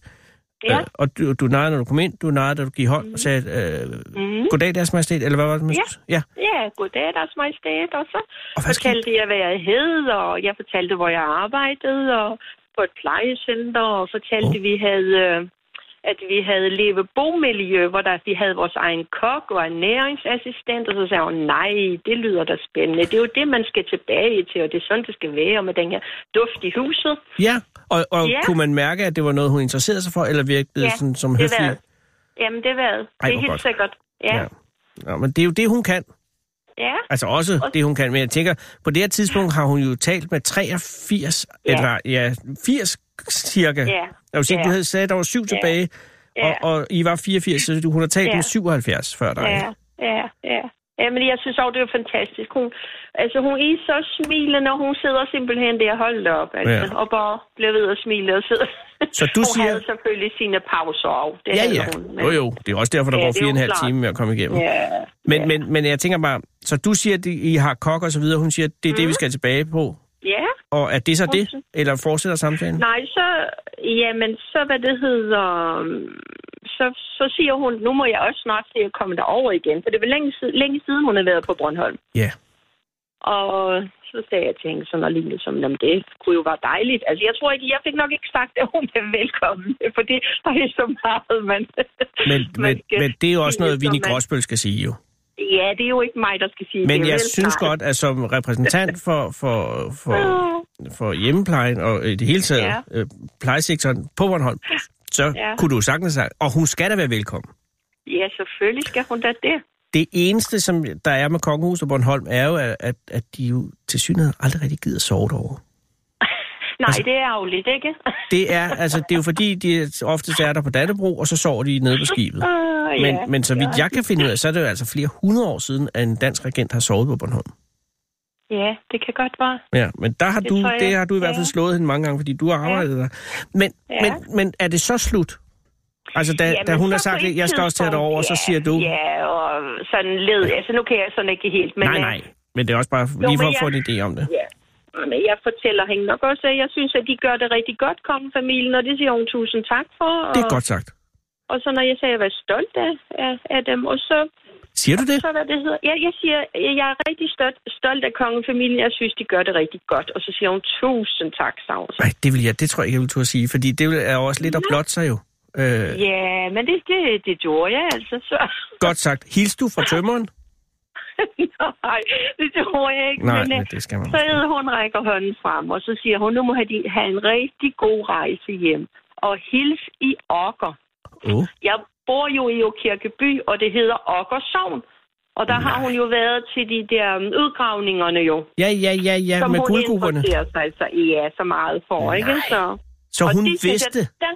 [SPEAKER 2] Ja.
[SPEAKER 3] Øh, og du, du nejede, når du kom ind, du nejede, da du gik i hånd og sagde, øh,
[SPEAKER 2] Mm.
[SPEAKER 3] goddag, deres majestæt, eller hvad var det, man
[SPEAKER 2] Ja.
[SPEAKER 3] skulle sige? Ja.
[SPEAKER 2] Ja, goddag, deres majestæt. Og så
[SPEAKER 3] Og hvad skete?
[SPEAKER 2] fortalte jeg, hvad jeg hed, og jeg fortalte, hvor jeg arbejdede, og på et plejecenter, og fortalte,
[SPEAKER 3] Åh.
[SPEAKER 2] oh. vi havde, øh, at vi havde levet bomiljø, hvor der, vi havde vores egen kok og en næringsassistent, og så sagde hun, nej, det lyder da spændende. Det er jo det, man skal tilbage til, og det er sådan, det skal være, og med den her duft i huset.
[SPEAKER 3] Ja, og, og
[SPEAKER 2] Ja.
[SPEAKER 3] kunne man mærke, at det var noget, hun interesserede sig for, eller virkede
[SPEAKER 2] Ja,
[SPEAKER 3] sådan, som
[SPEAKER 2] det
[SPEAKER 3] høflig?
[SPEAKER 2] var- Jamen, det er været.
[SPEAKER 3] Ej,
[SPEAKER 2] det
[SPEAKER 3] hvor
[SPEAKER 2] er helt
[SPEAKER 3] godt.
[SPEAKER 2] sikkert. Ja,
[SPEAKER 3] Ja.
[SPEAKER 2] ja.
[SPEAKER 3] Nå, men det er jo det, hun kan.
[SPEAKER 2] ja.
[SPEAKER 3] Altså også det, hun kan. Men jeg tænker, på det her tidspunkt har hun jo talt med 83, ja.
[SPEAKER 2] Ja.
[SPEAKER 3] eller ja, 80 cirka.
[SPEAKER 2] Ja.
[SPEAKER 3] Og hvis ikke
[SPEAKER 2] Ja.
[SPEAKER 3] du havde sagde, at der var syv ja. tilbage, og,
[SPEAKER 2] Ja.
[SPEAKER 3] og I var 84, så hun har talt ja.
[SPEAKER 2] Ja.
[SPEAKER 3] med 77 før dig.
[SPEAKER 2] Ja, ja, ja. Jamen, jeg synes også, det er fantastisk. Hun, altså, hun er så smilende, og hun sidder simpelthen der holdt op, altså,
[SPEAKER 3] Ja.
[SPEAKER 2] ja. og bare bliver ved at smile og sidde.
[SPEAKER 3] Så du
[SPEAKER 2] hun
[SPEAKER 3] siger-
[SPEAKER 2] havde selvfølgelig sine pauser af. Det
[SPEAKER 3] Ja,
[SPEAKER 2] havde
[SPEAKER 3] ja.
[SPEAKER 2] Hun,
[SPEAKER 3] Jo, jo. Det er også derfor, der
[SPEAKER 2] Ja,
[SPEAKER 3] går
[SPEAKER 2] det er
[SPEAKER 3] fire og en
[SPEAKER 2] jo
[SPEAKER 3] halv
[SPEAKER 2] klart.
[SPEAKER 3] time med at komme igennem.
[SPEAKER 2] Ja,
[SPEAKER 3] Men, men, men jeg tænker bare, så du siger, at I har kok og så videre. Hun siger, at det er det,
[SPEAKER 2] Mhm.
[SPEAKER 3] vi skal tilbage på.
[SPEAKER 2] ja.
[SPEAKER 3] Og er det så det?
[SPEAKER 2] Hun-
[SPEAKER 3] Eller fortsætter samtalen?
[SPEAKER 2] Nej, så... Jamen, så hvad det hedder... øhm, så, så siger hun, nu må jeg også snart se at komme derover igen, for det var længe, si- længe siden, hun havde været på Bornholm.
[SPEAKER 3] Ja.
[SPEAKER 2] Og så sagde jeg til hende sådan og lignende, som, "Nå, men det kunne jo være dejligt. Altså, jeg tror ikke, jeg fik nok ikke sagt, at hun er velkommen, for det er jo så meget, man...
[SPEAKER 3] Men,
[SPEAKER 2] man
[SPEAKER 3] men,
[SPEAKER 2] skal
[SPEAKER 3] men det er jo også
[SPEAKER 2] sige,
[SPEAKER 3] noget,
[SPEAKER 2] som
[SPEAKER 3] Vinnie
[SPEAKER 2] man-
[SPEAKER 3] Gråsbøl skal sige jo.
[SPEAKER 2] Ja, det er jo ikke mig, der skal sige det.
[SPEAKER 3] Men jeg
[SPEAKER 2] vel
[SPEAKER 3] synes
[SPEAKER 2] klart.
[SPEAKER 3] godt, at som repræsentant for, for, for, for hjemmeplejen og i det hele taget ja.
[SPEAKER 2] Ja.
[SPEAKER 3] øh, plejesektoren på Bornholm, så ja.
[SPEAKER 2] Ja.
[SPEAKER 3] kunne du jo sagtens sige, og hun skal da være velkommen.
[SPEAKER 2] Ja, selvfølgelig skal hun da det.
[SPEAKER 3] Det eneste, som der er med Kongehus og Bornholm, er jo, at- at, at de jo til synligheden aldrig rigtig gider sove derovre.
[SPEAKER 2] Nej,
[SPEAKER 3] Altså-
[SPEAKER 2] det er jo lidt, ikke?
[SPEAKER 3] Det er, altså, det er jo fordi, de ofte er der på Dattebro, og så sover de nede på skibet.
[SPEAKER 2] Uh,
[SPEAKER 3] Men, ja, men så vidt jeg kan finde ud af, så er det jo altså flere hundrede år siden, at en dansk regent har sovet på Bornholm.
[SPEAKER 2] Ja, det kan godt være.
[SPEAKER 3] Ja, men der har
[SPEAKER 2] Det
[SPEAKER 3] du,
[SPEAKER 2] tror jeg,
[SPEAKER 3] det har du i hvert fald
[SPEAKER 2] ja.
[SPEAKER 3] slået hende mange gange, fordi du har arbejdet der. Men,
[SPEAKER 2] Ja.
[SPEAKER 3] men, men er det så slut? Altså, da,
[SPEAKER 2] Jamen,
[SPEAKER 3] da hun
[SPEAKER 2] så
[SPEAKER 3] har
[SPEAKER 2] på
[SPEAKER 3] sagt,
[SPEAKER 2] et
[SPEAKER 3] at jeg skal også tage det
[SPEAKER 2] tidspunkt,
[SPEAKER 3] over, så
[SPEAKER 2] ja,
[SPEAKER 3] siger du,
[SPEAKER 2] Ja, og sådan led. Altså, nu kan jeg sådan ikke helt, men...
[SPEAKER 3] nej,
[SPEAKER 2] øh,
[SPEAKER 3] nej. Men det er også bare lige for
[SPEAKER 2] men
[SPEAKER 3] at få en
[SPEAKER 2] jeg-
[SPEAKER 3] idé om det.
[SPEAKER 2] Ja. Men jeg fortæller hende nok også, at jeg synes, at de gør det rigtig godt, kongefamilien, og det siger hun tusind tak for. Og,
[SPEAKER 3] Det er godt sagt.
[SPEAKER 2] og så når jeg sagde, at jeg var stolt af, af, af dem, og så,
[SPEAKER 3] Siger du det?
[SPEAKER 2] så hvad det hedder, ja, jeg siger, at jeg er rigtig stolt, stolt af kongefamilien, jeg synes, de gør det rigtig godt, og så siger hun tusind tak, sagde hun så.
[SPEAKER 3] Nej, det vil jeg, det tror jeg ikke, jeg vil turde sige, fordi det er jo også lidt at blotte sig jo. Øh,
[SPEAKER 2] Ja, men det, det, det gjorde jeg altså, så...
[SPEAKER 3] Godt sagt. Hils du fra tømmeren?
[SPEAKER 2] Nej, det tror jeg ikke.
[SPEAKER 3] Nej,
[SPEAKER 2] men,
[SPEAKER 3] men
[SPEAKER 2] øh,
[SPEAKER 3] det skal man
[SPEAKER 2] Så
[SPEAKER 3] også.
[SPEAKER 2] øh, hun rækker hånden frem, og så siger hun, nu må have, de, have en rigtig god rejse hjem. Og hils i Okker.
[SPEAKER 3] Åh,
[SPEAKER 2] Jeg bor jo i Kirkeby, og det hedder Okker Sogn. Og der Nej. har hun jo været til de der øhm, udgravningerne jo.
[SPEAKER 3] Ja, ja, ja, ja,
[SPEAKER 2] som
[SPEAKER 3] med
[SPEAKER 2] hun
[SPEAKER 3] guldgrupperne.
[SPEAKER 2] interesserer sig så, ja, så meget for, Nej. ikke? Så.
[SPEAKER 3] Så
[SPEAKER 2] Og
[SPEAKER 3] hun
[SPEAKER 2] det synes
[SPEAKER 3] vidste.
[SPEAKER 2] Jeg, der,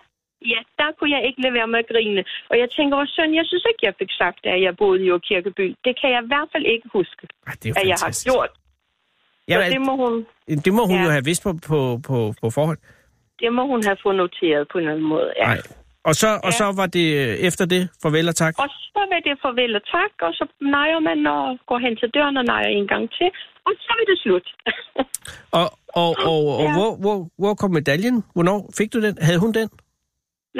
[SPEAKER 2] ja, der kunne jeg ikke lade være med at grine. Og jeg tænker, hvor søn, jeg synes ikke, jeg fik sagt, at jeg boede i Kirkeby. Det kan jeg i hvert fald ikke huske,
[SPEAKER 3] Ej, det er jo
[SPEAKER 2] at jeg har
[SPEAKER 3] fantastisk.
[SPEAKER 2] gjort. Ja, så
[SPEAKER 3] Jamen,
[SPEAKER 2] det må hun,
[SPEAKER 3] det, det må hun
[SPEAKER 2] Ja.
[SPEAKER 3] jo have vidst på, på, på, på forhånd.
[SPEAKER 2] det må hun have fået noteret på en eller anden måde. Ja.
[SPEAKER 3] Nej. Og så, og
[SPEAKER 2] Ja.
[SPEAKER 3] så var det øh, efter det, farvel og tak.
[SPEAKER 2] Og så vil det farvel og tak, og så nejer man og går hen til døren og nejer en gang til. Og så er det slut.
[SPEAKER 3] Og, og, og, og
[SPEAKER 2] Ja.
[SPEAKER 3] hvor, hvor, hvor kom medaljen? Hvornår fik du den? Havde hun den?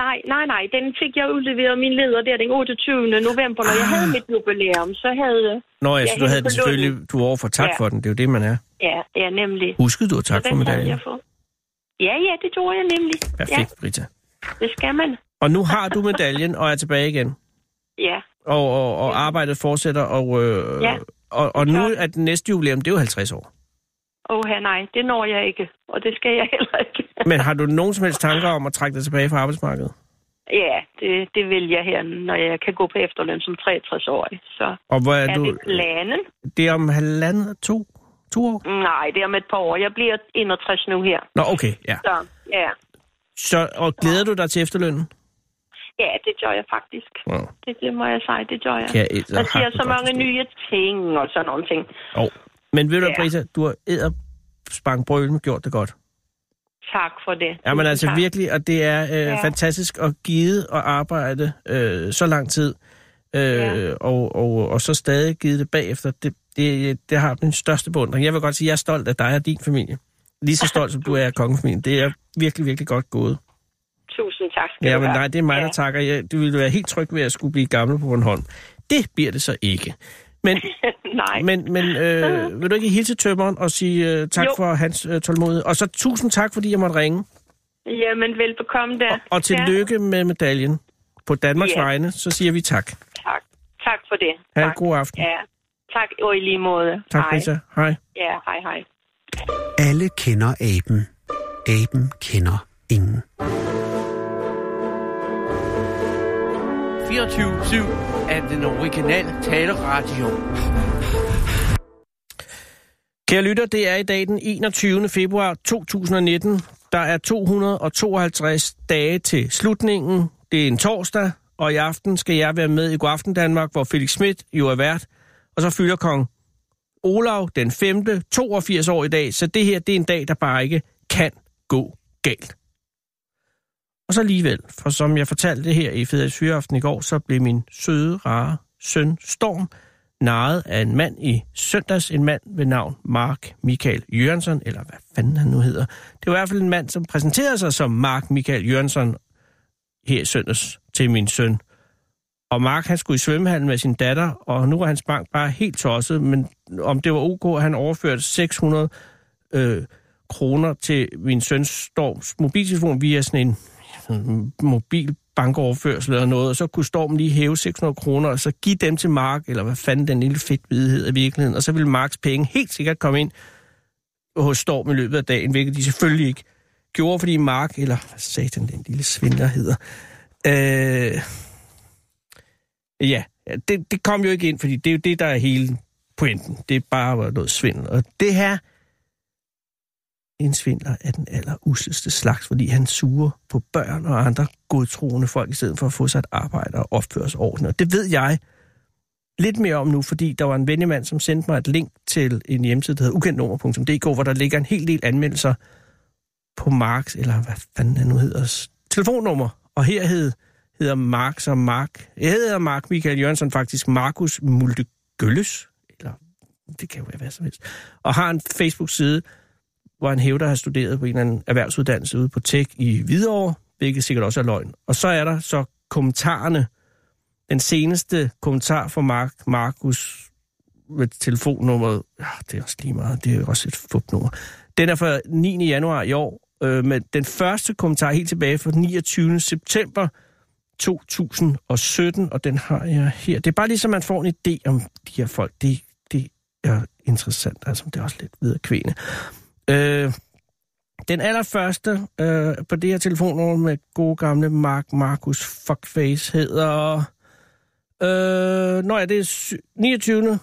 [SPEAKER 2] nej, nej, nej. Den fik jeg udleveret af min leder der den 28. november, når
[SPEAKER 3] Ah.
[SPEAKER 2] jeg havde mit jubilæum. Så havde...
[SPEAKER 3] Nå ja,
[SPEAKER 2] Ja,
[SPEAKER 3] så du
[SPEAKER 2] hende
[SPEAKER 3] havde den
[SPEAKER 2] på
[SPEAKER 3] selvfølgelig, du var over for tak
[SPEAKER 2] Ja.
[SPEAKER 3] for den, det er jo det, man er.
[SPEAKER 2] Ja, ja nemlig.
[SPEAKER 3] Huskede du at tak
[SPEAKER 2] Så
[SPEAKER 3] for
[SPEAKER 2] den havde jeg
[SPEAKER 3] medaljen?
[SPEAKER 2] fået. Ja, ja, det gjorde jeg nemlig. Ja,
[SPEAKER 3] Perfekt, Brita.
[SPEAKER 2] det skal man.
[SPEAKER 3] Og nu har du medaljen og er tilbage igen.
[SPEAKER 2] Ja,
[SPEAKER 3] Og, og, og arbejdet fortsætter, og, øh,
[SPEAKER 2] Ja.
[SPEAKER 3] og, og nu
[SPEAKER 2] Så-
[SPEAKER 3] er den næste jubilæum, det er jo 50 år.
[SPEAKER 2] åh nej, det når jeg ikke. Og det skal jeg heller ikke.
[SPEAKER 3] Men har du nogen som helst tanker om at trække dig tilbage fra arbejdsmarkedet?
[SPEAKER 2] Ja, det, det vil jeg her, når jeg kan gå på efterløn som 63-årig. Så
[SPEAKER 3] Og hvor er,
[SPEAKER 2] er
[SPEAKER 3] du?
[SPEAKER 2] det planen?
[SPEAKER 3] Det er om halvandet, to, to år?
[SPEAKER 2] Nej, det er om et par år. Jeg bliver 61 nu her.
[SPEAKER 3] Nå, okay, ja.
[SPEAKER 2] Så ja,
[SPEAKER 3] Så, og glæder du dig til efterlønnen?
[SPEAKER 2] ja det gør jeg faktisk.
[SPEAKER 3] Nå,
[SPEAKER 2] Det, det må jeg sige, det gør jeg.
[SPEAKER 3] kan jeg æd-
[SPEAKER 2] Man
[SPEAKER 3] har
[SPEAKER 2] siger
[SPEAKER 3] du
[SPEAKER 2] så
[SPEAKER 3] godt
[SPEAKER 2] mange
[SPEAKER 3] forstået.
[SPEAKER 2] nye ting og sådan nogle ting.
[SPEAKER 3] Jo. Men ved du, ja.
[SPEAKER 2] Ja.
[SPEAKER 3] Brita, du har edderspang brølen gjort det godt.
[SPEAKER 2] Tak for det.
[SPEAKER 3] Ja, men
[SPEAKER 2] Tusind
[SPEAKER 3] altså
[SPEAKER 2] tak.
[SPEAKER 3] virkelig, og det er øh, ja.
[SPEAKER 2] Ja.
[SPEAKER 3] fantastisk at give og arbejde øh, så lang tid, øh, ja.
[SPEAKER 2] Ja.
[SPEAKER 3] og, og, og så stadig give det bagefter. Det, det, det har min største beundring. Jeg vil godt sige, at jeg er stolt af dig og din familie. Lige så stolt, som du er af kongefamilien. Det er virkelig, virkelig godt gået.
[SPEAKER 2] Tusind tak. skal
[SPEAKER 3] Ja,
[SPEAKER 2] du
[SPEAKER 3] men
[SPEAKER 2] have.
[SPEAKER 3] nej, det er mig,
[SPEAKER 2] ja.
[SPEAKER 3] der takker. Jeg, du ville være helt tryg ved, at jeg skulle blive gammel på Bornholm. Det bliver det så ikke. Men,
[SPEAKER 2] nej.
[SPEAKER 3] men, men øh, vil du ikke hilse tømmeren og sige øh, tak jo.
[SPEAKER 2] Jo.
[SPEAKER 3] for hans øh, tålmodighed? Og så tusind tak, fordi jeg måtte ringe.
[SPEAKER 2] Jamen, velbekomme der.
[SPEAKER 3] Og tillykke med medaljen. På Danmarks
[SPEAKER 2] Ja.
[SPEAKER 3] vegne, så siger vi tak.
[SPEAKER 2] Ja, tak. Tak for det.
[SPEAKER 3] Ha' en
[SPEAKER 2] tak.
[SPEAKER 3] god aften.
[SPEAKER 2] Ja, tak og i lige måde.
[SPEAKER 3] Tak,
[SPEAKER 2] hej.
[SPEAKER 3] Rita. Hej.
[SPEAKER 2] Ja, hej, hej.
[SPEAKER 1] Alle kender aben. Aben kender ingen.
[SPEAKER 4] 24-7 af den originale taleradio.
[SPEAKER 3] Kære lytter, det er i dag den 21. februar 2019. Der er 252 dage til slutningen. Det er en torsdag, og i aften skal jeg være med i God Aften Danmark, hvor Felix Schmidt jo er vært. Og så fylder kong Olav den 5. 82 år i dag, så det her det er en dag, der bare ikke kan gå galt. Og så alligevel, for som jeg fortalte her i Feders Fyreaften i går, så blev min søde, rare søn Storm narret af en mand i søndags, en mand ved navn Mark Michael Jørgensen, eller hvad fanden han nu hedder. Det var i hvert fald en mand, som præsenterede sig som Mark Michael Jørgensen her i søndags til min søn Og Mark, han skulle i svømmehallen med sin datter, og nu var hans bank bare helt tosset, men om det var ok, at han overførte 600 øh, kroner til min søns Storms mobiltelefon via sådan en sådan mobil bankoverførsel eller noget, og så kunne Storm lige hæve 600 kroner, og så give dem til Mark, eller hvad fanden den lille fedt vidhed i virkeligheden, og så ville Marks penge helt sikkert komme ind hos Storm i løbet af dagen, hvilket de selvfølgelig ikke gjorde, fordi Mark, eller hvad satan den lille svindler hedder, øh, ja, det, det kom jo ikke ind, fordi det er jo det, der er hele pointen. Det er bare noget svindel. Og det her, en svindler er den allerusleste slags, fordi han suger på børn og andre godtroende folk, i stedet for at få sig et arbejde og opføre sig ordentligt. Og det ved jeg lidt mere om nu, fordi der var en vennemand, som sendte mig et link til en hjemmeside, der hedder ukendtnummer.dk, hvor der ligger en hel del anmeldelser på Marks, eller hvad fanden han nu hedder, telefonnummer. Og her hed, hedder Mark som Mark. Jeg hedder Mark Michael Jørgensen faktisk Markus Multegølles, eller det kan jo være hvad som helst, og har en Facebook-side, hvor han hævder at have studeret på en eller anden erhvervsuddannelse ude på TEC i Hvidovre, hvilket sikkert også er løgn. Og så er der så kommentarerne. Den seneste kommentar fra Mark, Markus med telefonnummeret, ja, det er også lige meget, det er jo også et fupnummer. Den er fra 9. januar i år, øh, men den første kommentar er helt tilbage fra den 29. september 2017, og den har jeg her. Det er bare ligesom, man får en idé om de her folk. Det, det er interessant, altså det er også lidt videre kvæne. Øh, den allerførste øh, på det her telefonnummer med gode gamle Mark Markus Fuckface hedder... Øh, når ja, det er sy- 29.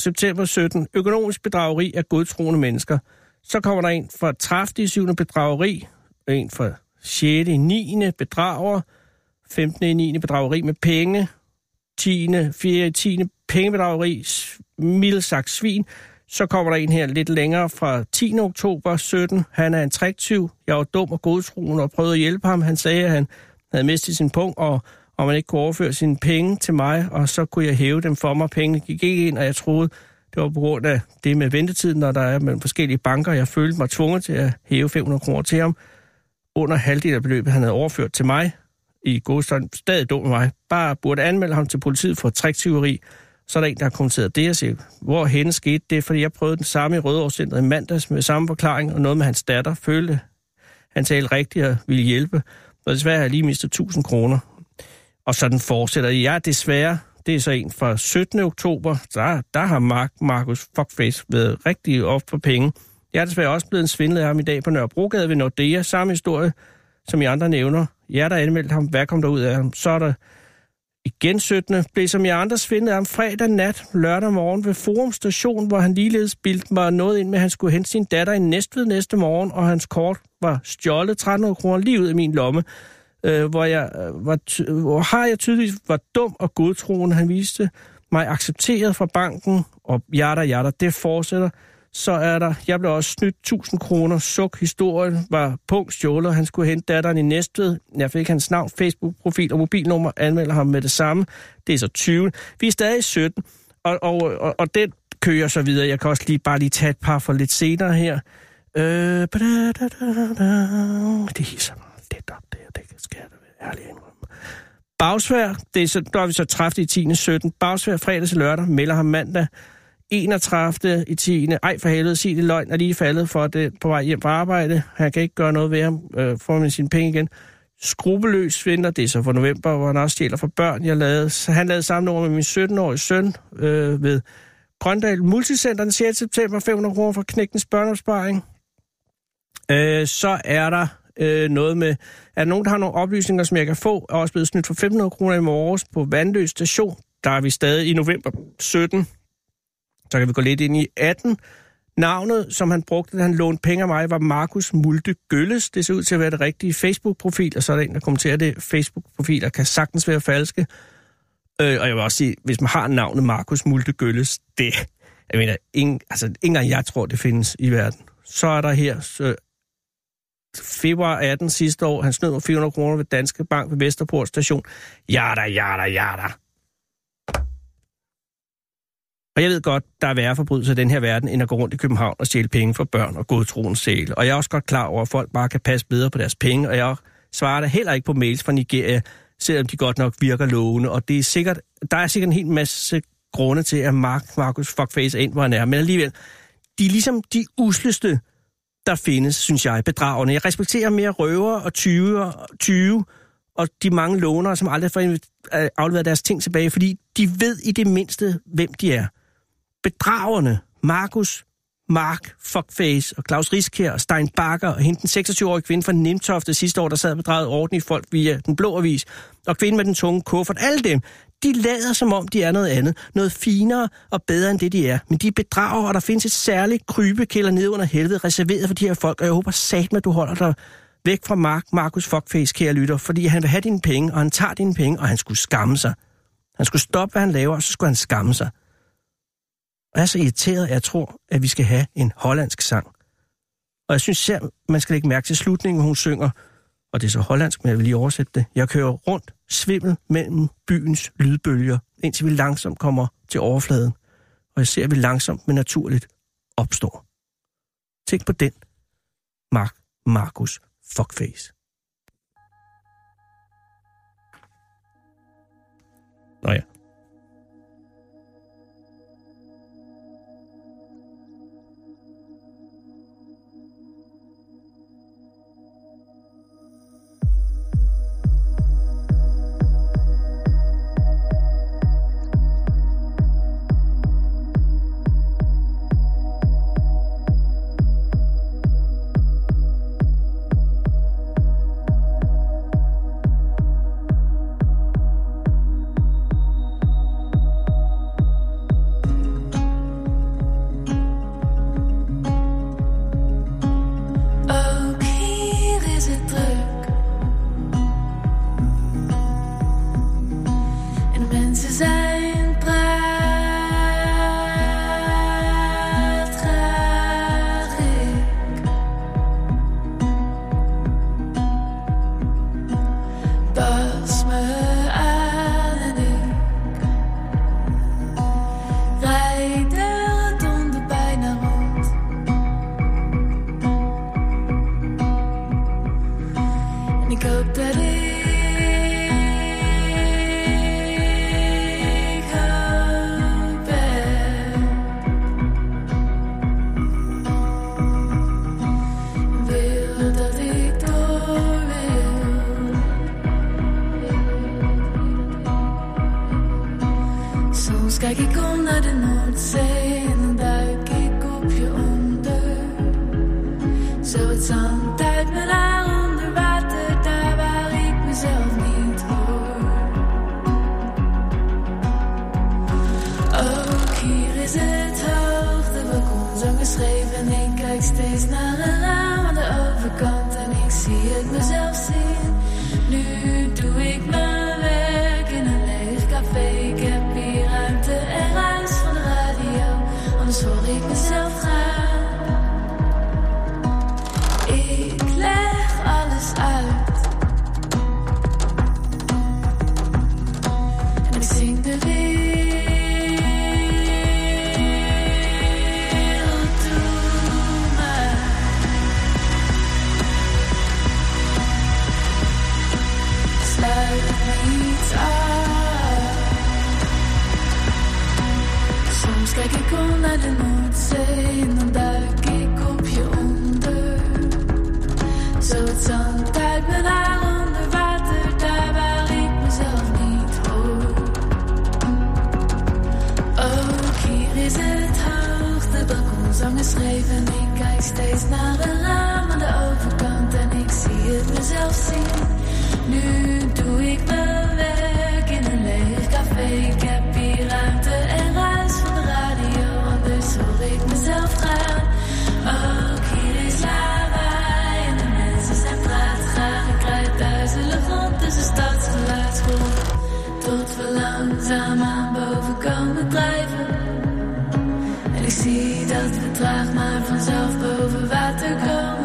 [SPEAKER 3] september 17. Økonomisk bedrageri af godtroende mennesker. Så kommer der en fra 30. 7. bedrageri, en fra 6. 9. bedrager, 15. 9. bedrageri med penge, 10. 4. 10. pengebedrageri, mildsagt svin. Så kommer der en her lidt længere fra 10. oktober 17. Han er en triktyv. Jeg var dum og godtroende og prøvede at hjælpe ham. Han sagde, at han havde mistet sin punkt, og om man ikke kunne overføre sine penge til mig, og så kunne jeg hæve dem for mig. Pengene gik ikke ind, og jeg troede, det var på grund af det med ventetiden, når der er mellem forskellige banker. Jeg følte mig tvunget til at hæve 500 kroner til ham. Under halvdelen af beløbet, han havde overført til mig, i godstand stadig dum med mig, bare burde anmelde ham til politiet for triktyveri. Så er der en, der har kommenteret det og siger, hvor henne skete det, fordi jeg prøvede den samme i Rødovrecentret i mandags med samme forklaring og noget med hans datter. Følte, han talte rigtigt og ville hjælpe, og desværre har jeg lige mistet 1000 kroner. Og sådan fortsætter jeg desværre. Det er så en fra 17. oktober. Der, der har Mark, Markus Fuckface været rigtig op for penge. Jeg er desværre også blevet en svindlet af ham i dag på Nørrebrogade ved Nordea. Samme historie, som I andre nævner. Jeg der anmeldte ham. Hvad kom der ud af ham? Så er der igen 17. Blev som jeg andre svindlet af ham fredag nat, lørdag morgen ved Forum Station, hvor han ligeledes bildte mig noget ind med, at han skulle hente sin datter i Næstved næste morgen, og hans kort var stjålet 1300 kroner lige ud af min lomme øh, hvor, jeg, øh, var ty- hvor har jeg tydeligvis var dum og godtroende. Han viste mig accepteret fra banken, og jatter, jatter, det fortsætter. Så er der, jeg blev også snydt 1000 kroner, suk, historien var punkt stjålet, han skulle hente datteren i Næstved. Jeg fik hans navn, Facebook-profil og mobilnummer, anmelder ham med det samme. Det er så 20. Vi er stadig 17, og, og, og, og den kører så videre. Jeg kan også lige bare lige tage et par for lidt senere her. Øh, ba-da-da-da-da. det hisser mig lidt op der, det skal jeg da være ærlig indrømme. Bagsvær, det er så, der er vi så 30 i 10. 17. Bagsvær fredag til lørdag, melder ham mandag. 31. i 10. Ej for helvede, sig det løgn, er lige faldet for det på vej hjem fra arbejde. Han kan ikke gøre noget ved ham, øh, får man sine penge igen. Skrupelløs svindler, det er så for november, hvor han også stjæler fra børn. Jeg lavede, han lavede samme nummer med min 17-årige søn øh, ved Grøndal Multicenter den 6. september, 500 kroner fra knægtens børneopsparing. Øh, så er der øh, noget med, er der nogen, der har nogle oplysninger, som jeg kan få, er også blevet snydt for 500 kroner i morges på Vandløs Station. Der er vi stadig i november 17. Så kan vi gå lidt ind i 18. Navnet, som han brugte, da han lånte penge af mig, var Markus Multe Gølles. Det ser ud til at være det rigtige Facebook-profil, og så er der en, der kommenterer det. Facebook-profiler kan sagtens være falske. Øh, og jeg vil også sige, hvis man har navnet Markus Multe Gølles, det, jeg mener, ingen, altså, ikke engang jeg tror, det findes i verden. Så er der her så februar 18 sidste år. Han snød mig 400 kroner ved Danske Bank ved Vesterport station. Jada, jada, jada. Og jeg ved godt, der er værre forbrydelser i den her verden, end at gå rundt i København og stjæle penge fra børn og godtroende sæle. Og jeg er også godt klar over, at folk bare kan passe bedre på deres penge, og jeg svarer da heller ikke på mails fra Nigeria, selvom de godt nok virker lovende. Og det er sikkert, der er sikkert en hel masse grunde til, at Mark Markus Fuckface er ind, hvor han er. Men alligevel, de er ligesom de usleste, der findes, synes jeg, bedragende. Jeg respekterer mere røver og 20, 20 og de mange lånere, som aldrig får inv- øh, afleveret deres ting tilbage, fordi de ved i det mindste, hvem de er. Bedragerne, Markus, Mark, Fuckface og Claus Riskær og Stein Bakker og hende den 26-årige kvinde fra Nimtofte sidste år, der sad og bedrejede ordentligt folk via den blå avis, og kvinden med den tunge kuffert, alle dem, de lader som om, de er noget andet, noget finere og bedre end det, de er. Men de bedrager, og der findes et særligt krybekælder nede under helvede, reserveret for de her folk, og jeg håber satme, at du holder dig væk fra Mark, Markus Fuckface, kære lytter, fordi han vil have dine penge, og han tager dine penge, og han skulle skamme sig. Han skulle stoppe, hvad han laver, og så skulle han skamme sig. Og jeg er så irriteret, at jeg tror, at vi skal have en hollandsk sang. Og jeg synes selv, man skal lægge mærke til slutningen, hvor hun synger, og det er så hollandsk, men jeg vil lige oversætte det. Jeg kører rundt, svimmel mellem byens lydbølger, indtil vi langsomt kommer til overfladen. Og jeg ser, at vi langsomt, men naturligt opstår. Tænk på den. Mark Markus Fuckface. Nå ja.
[SPEAKER 5] Ook hier is het druk. En mensen zijn praatgierig. Pas me aan en ik rijd er donder bijna rond. En ik hoop dat ik hoop heb. Wil dat ik door wil. Soms kijk ik om naar de Noordzee en dan duik ik op je onder. Zo het zand uit mijn haar onder water, daar waar ik mezelf niet hoor. Ook hier is het hoogteblok ongeschreven. Ik kijk steeds naar een raam aan de overkant en ik zie het mezelf zien. Nu doe ik mijn werk in een leeg café. Ik heb hier ruimte en ruis van de radio, anders hoor ik mezelf gaan. Ik leg alles uit. En ik zing de wereld toe mij. Sluit me niet uit. Soms kijk ik om naar de Noordzee en dan duik ik op je onder. Zo het zand uit mijn haar onder water, daar waar ik mezelf niet hoor. Ook hier is het hoogteblok onzang geschreven. Ik kijk steeds naar een raam aan de overkant en ik zie het mezelf zien. Nu doe ik mijn werk in een leeg café. Ik heb hier ruimte en ruis van de radio, anders hoor ik mezelf gaan. Ook hier is lawaai en de mensen zijn praatgraag. Ik rijd duizelig rond tussen stadsgeluidsgrond. Tot we langzaamaan boven komen drijven. En ik zie dat we traag maar vanzelf boven water komen.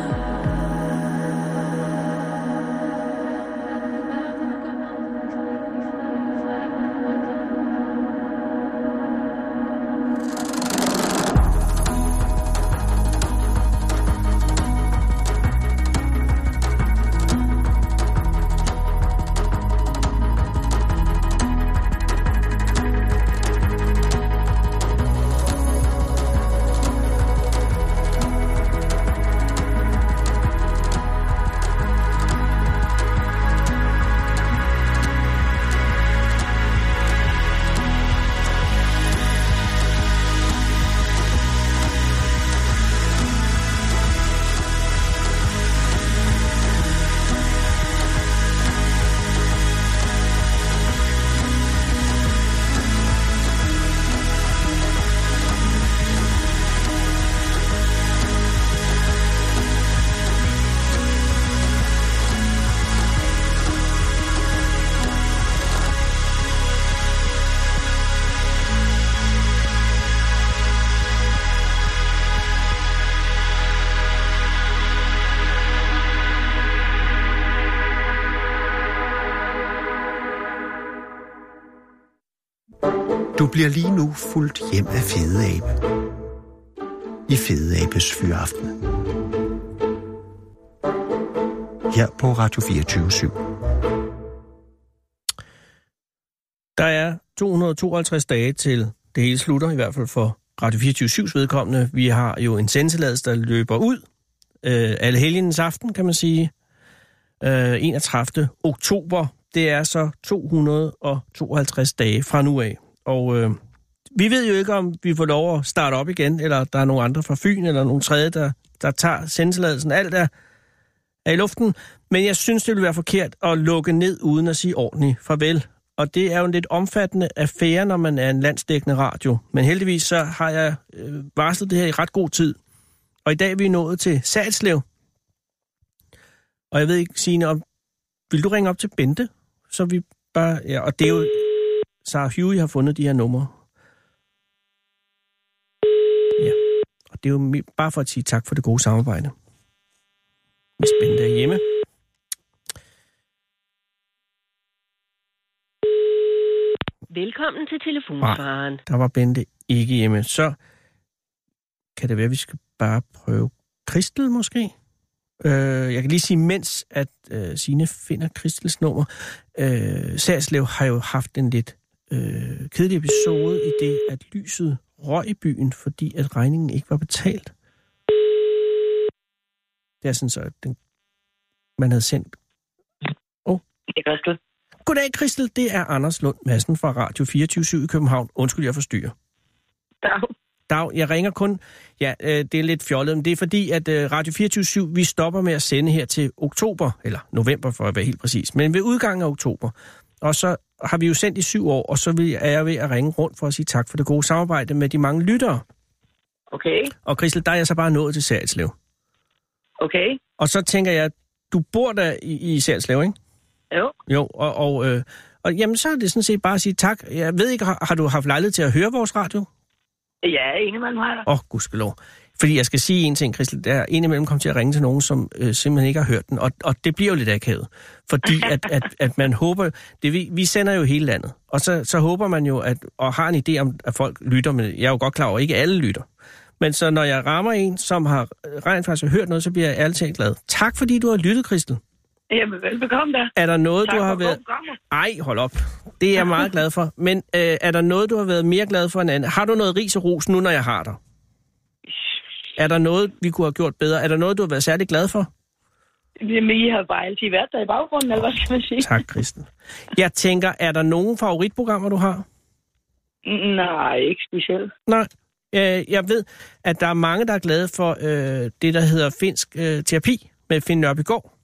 [SPEAKER 1] Du bliver lige nu fuldt hjem af Fede Abe. I Fede Abes Fyraften. Her på Radio 24
[SPEAKER 3] Der er 252 dage til det hele slutter, i hvert fald for Radio 24-7's vedkommende. Vi har jo en sendtilladelse, der løber ud øh, alle helgens aften, kan man sige. Øh, 31. oktober. Det er så 252 dage fra nu af. Og øh, vi ved jo ikke, om vi får lov at starte op igen, eller der er nogle andre fra Fyn, eller nogle tredje, der, der tager sendtilladelsen. Alt er, er i luften. Men jeg synes, det ville være forkert at lukke ned uden at sige ordentligt farvel. Og det er jo en lidt omfattende affære, når man er en landsdækkende radio. Men heldigvis så har jeg øh, varslet det her i ret god tid. Og i dag er vi nået til Salslev. Og jeg ved ikke, Signe, om... Vil du ringe op til Bente? Så vi bare... Ja, og det er jo... Sarah Huey har fundet de her numre. Ja. Og det er jo mi- bare for at sige tak for det gode samarbejde. Hvis Bente er hjemme.
[SPEAKER 2] Velkommen til telefonsvaren.
[SPEAKER 3] Der var Bente ikke hjemme. Så kan det være, at vi skal bare prøve Kristel måske? Øh, jeg kan lige sige, mens at øh, Signe finder Kristels nummer, øh, Særslev har jo haft en lidt øh, kedelig episode i det, at lyset røg i byen, fordi at regningen ikke var betalt. Det er sådan så, at den, man havde sendt
[SPEAKER 2] Det gør du.
[SPEAKER 3] Goddag, Kristel. Det er Anders Lund Madsen fra Radio 24 i København. Undskyld, jeg forstyrrer.
[SPEAKER 2] Dag.
[SPEAKER 3] Dag, jeg ringer kun. Ja, øh, det er lidt fjollet, men det er fordi, at øh, Radio 24 vi stopper med at sende her til oktober, eller november for at være helt præcis, men ved udgangen af oktober. Og så har vi jo sendt i syv år, og så vil- er jeg ved at ringe rundt for at sige tak for det gode samarbejde med de mange lyttere.
[SPEAKER 2] Okay,
[SPEAKER 3] Og Kristel, der er jeg så bare nået til Særslev.
[SPEAKER 2] okay.
[SPEAKER 3] Og så tænker jeg, du bor der i, i Særslev, ikke?
[SPEAKER 2] Jo.
[SPEAKER 3] Jo, og, og, øh, og jamen, så er det sådan set bare at sige tak. Jeg ved ikke, har, har du haft lejlighed til at høre vores radio?
[SPEAKER 2] Ja, Ingemann har der.
[SPEAKER 3] Åh, oh, gudskelov. Fordi jeg skal sige en ting, Christel. Der er indimellem kom til at ringe til nogen, som øh, simpelthen ikke har hørt den. Og, og det bliver jo lidt akavet. Fordi at, at, at man håber... Det, vi, vi sender jo hele landet. Og så, så håber man jo, at, og har en idé om, at folk lytter. Men jeg er jo godt klar over, at ikke alle lytter. Men så når jeg rammer en, som har øh, rent faktisk hørt noget, så bliver jeg ærligt talt glad. Tak fordi du har lyttet, Christel.
[SPEAKER 2] Jamen, velbekomme der.
[SPEAKER 3] Er der noget, du har
[SPEAKER 2] for
[SPEAKER 3] været...
[SPEAKER 2] god gammel.
[SPEAKER 3] Ej, hold op. Det er jeg meget glad for. Men øh, er der noget, du har været mere glad for end andet? Har du noget ris og ros nu, når jeg har dig? Er der noget, vi kunne have gjort bedre? Er der noget, du har været særlig glad for?
[SPEAKER 2] Jamen, I har bare altid været der i baggrunden, eller hvad skal man sige?
[SPEAKER 3] Tak, Kristen. Jeg tænker, er der nogen favoritprogrammer, du har?
[SPEAKER 2] Nej, ikke specielt.
[SPEAKER 3] Nej. Øh, jeg ved, at der er mange, der er glade for øh, det, der hedder finsk øh, terapi med Finn Nørbygård.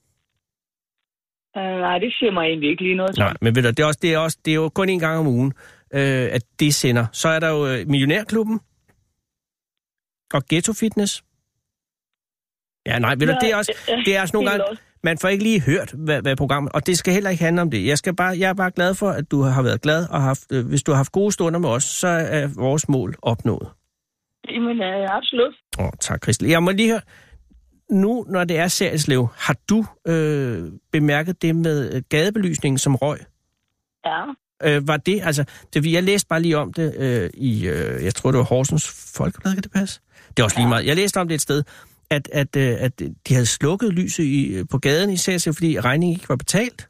[SPEAKER 2] Øh, Nej, det siger mig egentlig ikke lige noget.
[SPEAKER 3] Nej, men ved du, det er, også, det, er også, det er jo kun en gang om ugen, øh, at det sender. Så er der jo øh, Millionærklubben og Ghetto Fitness. Ja, nej, ved du, det er også, det er også nogle gange, man får ikke lige hørt, hvad, hvad programmet, og det skal heller ikke handle om det. Jeg, skal bare, jeg er bare glad for, at du har været glad, og haft, øh, hvis du har haft gode stunder med os, så er vores mål opnået.
[SPEAKER 2] Jamen, øh, absolut.
[SPEAKER 3] Åh, tak, Christel. Jeg må lige høre, nu når det er serieslev, har du øh, bemærket det med øh, gadebelysningen som røg?
[SPEAKER 2] Ja.
[SPEAKER 3] øh, var det, altså, det, vi- jeg læste bare lige om det øh, i, øh, jeg tror det var Horsens Folkeblad, kan det passe? Det er også lige meget. Jeg læste om det et sted, at, at, øh, at de havde slukket lyset i, øh, på gaden i Særslev, fordi regningen ikke var betalt.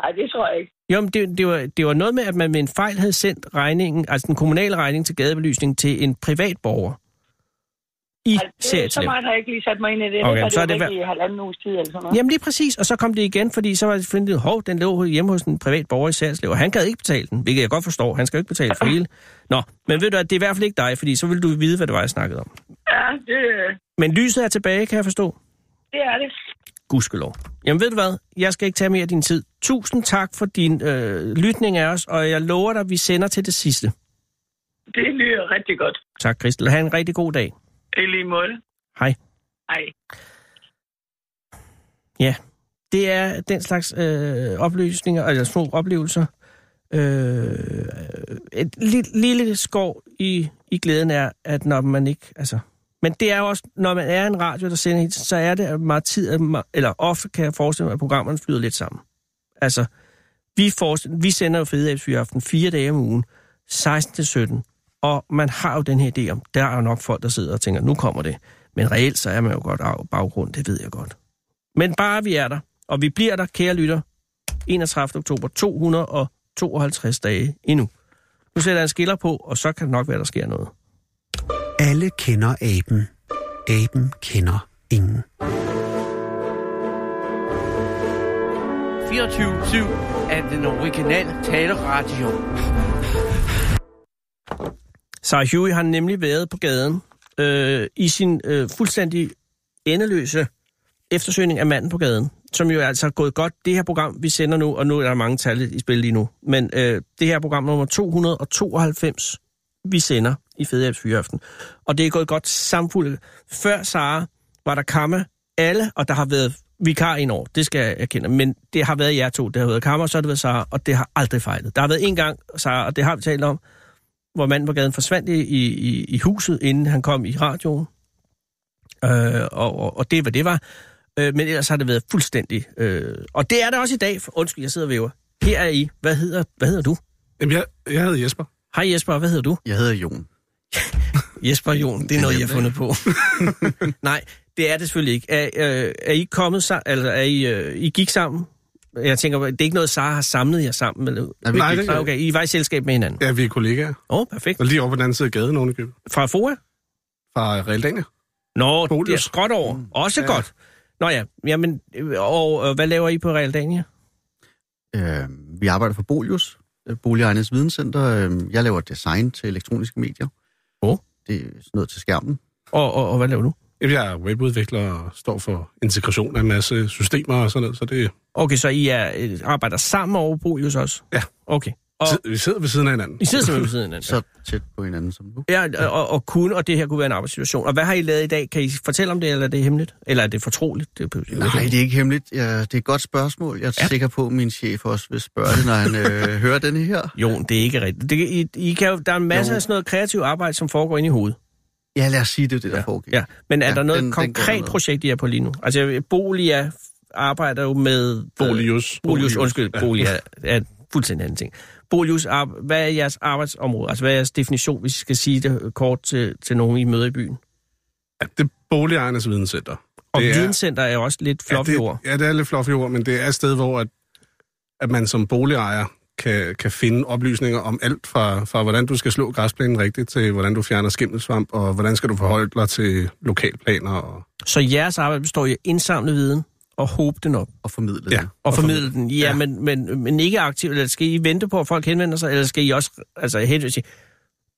[SPEAKER 2] Nej, det tror jeg ikke.
[SPEAKER 3] Jo, men det, det, var, det var noget med, at man ved en fejl havde sendt regningen, altså den kommunale regning til gadebelysning til en privat borger i
[SPEAKER 2] Ej, det, så
[SPEAKER 3] Særslev.
[SPEAKER 2] meget har jeg ikke lige sat mig ind i det.
[SPEAKER 3] Okay,
[SPEAKER 2] det,
[SPEAKER 3] så er det
[SPEAKER 2] det i halvanden uges tid eller sådan noget.
[SPEAKER 3] Jamen lige præcis, og så kom det igen, fordi så var det fundet, hov, den lå hjemme hos en privat borger i Særslev, og han gad ikke betale den, hvilket jeg godt forstår, han skal jo ikke betale for hele. Nå, men ved du, at det er i hvert fald ikke dig, fordi så vil du vide, hvad det var, jeg snakkede om.
[SPEAKER 2] Ja, det, øh,
[SPEAKER 3] Men lyset er tilbage, kan jeg forstå.
[SPEAKER 2] det er det.
[SPEAKER 3] Gudskelov. Jamen ved du hvad, jeg skal ikke tage mere af din tid. Tusind tak for din øh, lytning af os, og jeg lover dig, at vi sender til det sidste.
[SPEAKER 2] Det lyder rigtig godt.
[SPEAKER 3] Tak, Christel. Ha' en rigtig god dag.
[SPEAKER 2] I lige måde.
[SPEAKER 3] Hej.
[SPEAKER 2] Ej.
[SPEAKER 3] Ja, det er den slags øh, opløsninger, eller små oplevelser. Øh, et lille, lille skov i, i glæden er, at når man ikke... Altså, men det er jo også, når man er en radio, der sender hit, så er det at meget tid, at ma- eller ofte kan jeg forestille mig, at programmerne flyder lidt sammen. Altså, vi, forestiller, vi sender jo Fede Abs Fyraften fire dage om ugen. 16-17, og man har jo den her idé om, der er jo nok folk, der sidder og tænker, nu kommer det. Men reelt, så er man jo godt af baggrund, det ved jeg godt. Men bare vi er der, og vi bliver der, kære lytter, 31. oktober, 252 dage endnu. Nu sætter jeg en skiller på, og så kan det nok være, der sker noget.
[SPEAKER 1] Alle kender aben. Aben kender ingen.
[SPEAKER 4] 24-7 af den originale taleradio.
[SPEAKER 3] Sarah Huey har nemlig været på gaden øh, i sin øh, fuldstændig endeløse eftersøgning af manden på gaden, som jo altså er gået godt. Det her program, vi sender nu, og nu er der mange tal i spil lige nu, men øh, det her program nummer 292, vi sender i Fedehjælps Fyraften. Og det er gået godt samfuldt. Før Sara var der kammer alle, og der har været vikar ind over, det skal jeg erkende, men det har været jer to, det har været kammer, så har det været Sara, og det har aldrig fejlet. Der har været en gang, Sara, og det har vi talt om, hvor manden på gaden forsvandt i, i, i huset, inden han kom i radioen. Øh, og, og, og det var det var. Øh, men ellers har det været fuldstændig... Øh, og det er det også i dag. For, undskyld, jeg sidder og væver. Her er I. Hvad hedder, hvad hedder du?
[SPEAKER 6] Jamen, jeg, jeg hedder Jesper.
[SPEAKER 3] Hej Jesper, og hvad hedder du?
[SPEAKER 7] Jeg hedder Jon.
[SPEAKER 3] Jesper Jon, det er noget, jeg har fundet på. Nej, det er det selvfølgelig ikke. Er, øh, er I kommet sammen? Altså, er I, øh, I gik sammen? Jeg tænker, det er ikke noget, Sara har samlet jer sammen? Eller?
[SPEAKER 7] Er vi
[SPEAKER 6] Nej,
[SPEAKER 7] ikke-
[SPEAKER 6] det-
[SPEAKER 3] Nej, okay, I var i selskab med hinanden.
[SPEAKER 6] Ja, vi er kollegaer.
[SPEAKER 3] Åh, oh, perfekt.
[SPEAKER 6] Og lige over på den anden side af gaden, nogen køb.
[SPEAKER 3] Fra FOA?
[SPEAKER 6] Fra Realdania.
[SPEAKER 3] Nå, det er
[SPEAKER 6] Polius.
[SPEAKER 3] skråt over. Også ja. godt. Nå ja, jamen, øh, og øh, hvad laver I på Realdania?
[SPEAKER 7] Øh, vi arbejder for Bolius, øh, Boligejernes Videnscenter. Øh, jeg laver design til elektroniske medier.
[SPEAKER 3] Åh.
[SPEAKER 7] Det er sådan noget til skærmen.
[SPEAKER 3] Og, og, og hvad laver du?
[SPEAKER 6] Jamen, jeg er webudvikler og står for integration af en masse systemer og sådan noget, så det,
[SPEAKER 3] Okay, så I er, øh, arbejder sammen over Bolius også?
[SPEAKER 6] Ja.
[SPEAKER 3] Okay. Og
[SPEAKER 6] og... vi sidder ved siden af hinanden.
[SPEAKER 3] I sidder simpelthen ved siden af hinanden.
[SPEAKER 7] Så tæt på hinanden som nu.
[SPEAKER 3] Ja, og, og kunne, og det her kunne være en arbejdssituation. Og hvad har I lavet i dag? Kan I fortælle om det, eller er det hemmeligt? Eller er det fortroligt? Det er pludselig-
[SPEAKER 7] Nej, det er ikke hemmeligt. Ja, det er et godt spørgsmål. Jeg er ja. sikker på, at min chef også vil spørge det, når han øh, hører denne her.
[SPEAKER 3] Jon, det er ikke rigtigt. Det, I, I kan, jo- der er masser
[SPEAKER 7] Jo.
[SPEAKER 3] af sådan noget kreativt arbejde, som foregår inde i hovedet.
[SPEAKER 7] Ja, lad os sige, det er det, der ja. foregik.
[SPEAKER 3] Ja. Men er
[SPEAKER 7] Ja,
[SPEAKER 3] der noget
[SPEAKER 7] den- den går
[SPEAKER 3] konkret
[SPEAKER 7] derned.
[SPEAKER 3] projekt, I er på lige nu? Altså, Bolia arbejder jo med...
[SPEAKER 6] Bolius.
[SPEAKER 3] Bolius, Øh, undskyld, Bolia er fuldstændig anden ting. Bolius, ar- hvad er jeres arbejdsområde? Altså, hvad er jeres definition, hvis I skal sige det kort til, til nogen, I møder i byen?
[SPEAKER 6] Ja, det er boligejernes videnscenter.
[SPEAKER 3] Og
[SPEAKER 6] Det er-
[SPEAKER 3] videnscenter er jo også lidt fluffy
[SPEAKER 6] ja, det,
[SPEAKER 3] ord.
[SPEAKER 6] Ja, det er lidt fluffy ord, men det er et sted, hvor at, at man som boligejer kan, kan finde oplysninger om alt fra, fra, hvordan du skal slå græsplænen rigtigt, til hvordan du fjerner skimmelsvamp, og hvordan skal du forholde dig til lokalplaner. Og...
[SPEAKER 3] Så jeres arbejde består i at indsamle viden og håbe den op
[SPEAKER 7] Og formidle
[SPEAKER 6] Ja.
[SPEAKER 7] det.
[SPEAKER 3] og, formidle den. Ja,
[SPEAKER 6] Ja.
[SPEAKER 3] Men, men, men ikke aktivt. Eller skal I vente på, at folk henvender sig, eller skal I også altså, henvende sig?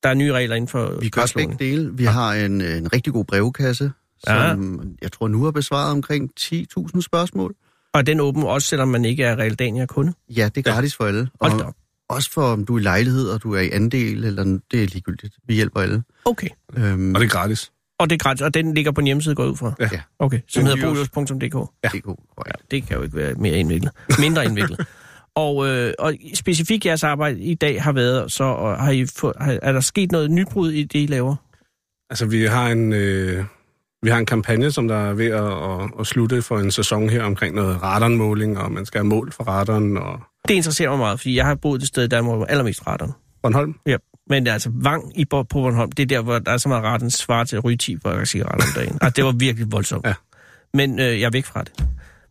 [SPEAKER 3] Der er nye regler inden for
[SPEAKER 7] Vi gør begge dele. Vi har en, øh, en rigtig god brevkasse, som jeg tror nu har besvaret omkring 10.000 spørgsmål.
[SPEAKER 3] Og den åben også, selvom man ikke er Realdania-kunde.
[SPEAKER 7] Ja, det er gratis for alle.
[SPEAKER 3] Hold da
[SPEAKER 7] Og
[SPEAKER 3] op.
[SPEAKER 7] også for om du er i lejlighed, og du er i andel, eller det er ligegyldigt. Vi hjælper alle.
[SPEAKER 3] Okay.
[SPEAKER 7] Øhm,
[SPEAKER 6] Og det er gratis.
[SPEAKER 3] Og det er gratis, og den ligger på en hjemmeside, går jeg ud fra.
[SPEAKER 6] Ja.
[SPEAKER 7] Ja.
[SPEAKER 3] Okay, som
[SPEAKER 6] Den
[SPEAKER 3] hedder
[SPEAKER 6] ligger også-
[SPEAKER 3] bolius.dk.
[SPEAKER 7] ja. det er godt.
[SPEAKER 3] Ja, det kan jo ikke være mere indviklet. Mindre indviklet. Og, øh, og specifikt jeres arbejde i dag har været, så og har I få, har, er der sket noget nybrud i det, I laver?
[SPEAKER 6] Altså, vi har en... Øh... Vi har en kampagne, som der er ved at, at, at slutte for en sæson her omkring noget radarmåling, og man skal have mål for radaren og
[SPEAKER 3] Det interesserer mig meget, fordi jeg har boet det sted, der er allermest retterne.
[SPEAKER 6] Bornholm.
[SPEAKER 3] Ja, men det er altså vang i Bor- på Bornholm, det er der, hvor der er så meget retten svar til at ryge 10 pakker cigaretter om dagen. Altså, det var virkelig voldsomt.
[SPEAKER 6] Ja.
[SPEAKER 3] Men øh, jeg er væk fra det.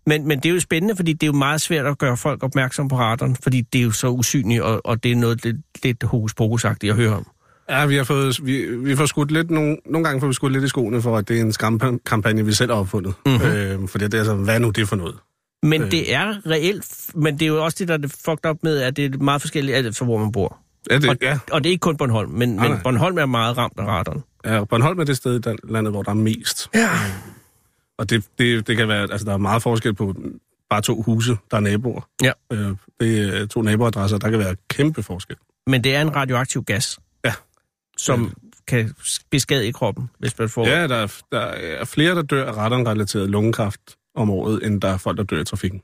[SPEAKER 3] Men, men det er jo spændende, fordi det er jo meget svært at gøre folk opmærksom på retterne, fordi det er jo så usynligt, og, og det er noget lidt, lidt hokus pokus at høre om.
[SPEAKER 6] Ja, vi har fået, vi, vi får skudt lidt, nogle, nogle gange får vi skudt lidt i skoene for, at det er en skamkampagne, vi selv har opfundet. Mm-hmm. Øh, for det er altså, hvad er nu det for noget?
[SPEAKER 3] Men øh. det er reelt, f- men det er jo også det, der er det fucked op med, at det er meget forskelligt alt efter, hvor man bor.
[SPEAKER 6] Ja,
[SPEAKER 3] Og,
[SPEAKER 6] det, ja.
[SPEAKER 3] og det er ikke kun Bornholm, men,
[SPEAKER 6] Nej,
[SPEAKER 3] men
[SPEAKER 6] nej.
[SPEAKER 3] Bornholm er meget ramt af retterne.
[SPEAKER 6] Ja, Bornholm er det sted i dan- landet, hvor der er mest. Ja. Og det, det, det kan være, altså der er meget forskel på bare to huse, der er naboer.
[SPEAKER 3] Ja.
[SPEAKER 6] Øh, det er to naboadresser, der kan være kæmpe forskel.
[SPEAKER 3] Men det er en radioaktiv gas,
[SPEAKER 6] Ja.
[SPEAKER 3] som kan beskadige kroppen, hvis man får...
[SPEAKER 6] Ja, der er, der er flere, der dør af radonrelateret lungekræft om året, end der er folk, der dør i trafikken.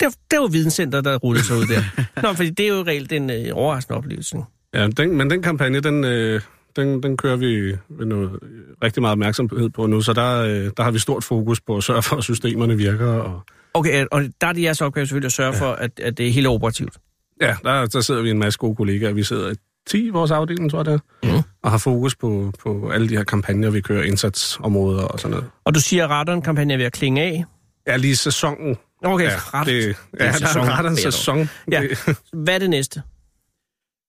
[SPEAKER 3] Det, det var videnscenter, der rullede sig ud der. Nå, fordi det er jo reelt en øh, overraskende oplevelse.
[SPEAKER 6] Ja, den, men den kampagne, den, øh, den, den kører vi med noget, øh, rigtig meget opmærksomhed på nu, så der, øh, der har vi stort fokus på at sørge for, at systemerne virker. Og,
[SPEAKER 3] øh, Okay, og der er det jeres opgave selvfølgelig at sørge ja. for, at, at det er helt operativt.
[SPEAKER 6] Ja, der, der sidder vi en masse gode kollegaer. Vi sidder 10 i vores afdeling, tror jeg det er, mm. og har fokus på, på alle de her kampagner, vi kører, indsatsområder og sådan noget.
[SPEAKER 3] Og du siger, at radaren-kampagnen er ved at klinge af.
[SPEAKER 6] Ja, lige sæsonen.
[SPEAKER 3] Okay,
[SPEAKER 6] Ja,
[SPEAKER 3] ret.
[SPEAKER 6] det, ja, der
[SPEAKER 3] sæson.
[SPEAKER 6] er ret en
[SPEAKER 3] Det er
[SPEAKER 6] sæson.
[SPEAKER 3] Ja.
[SPEAKER 6] Det-
[SPEAKER 3] Hvad er det næste?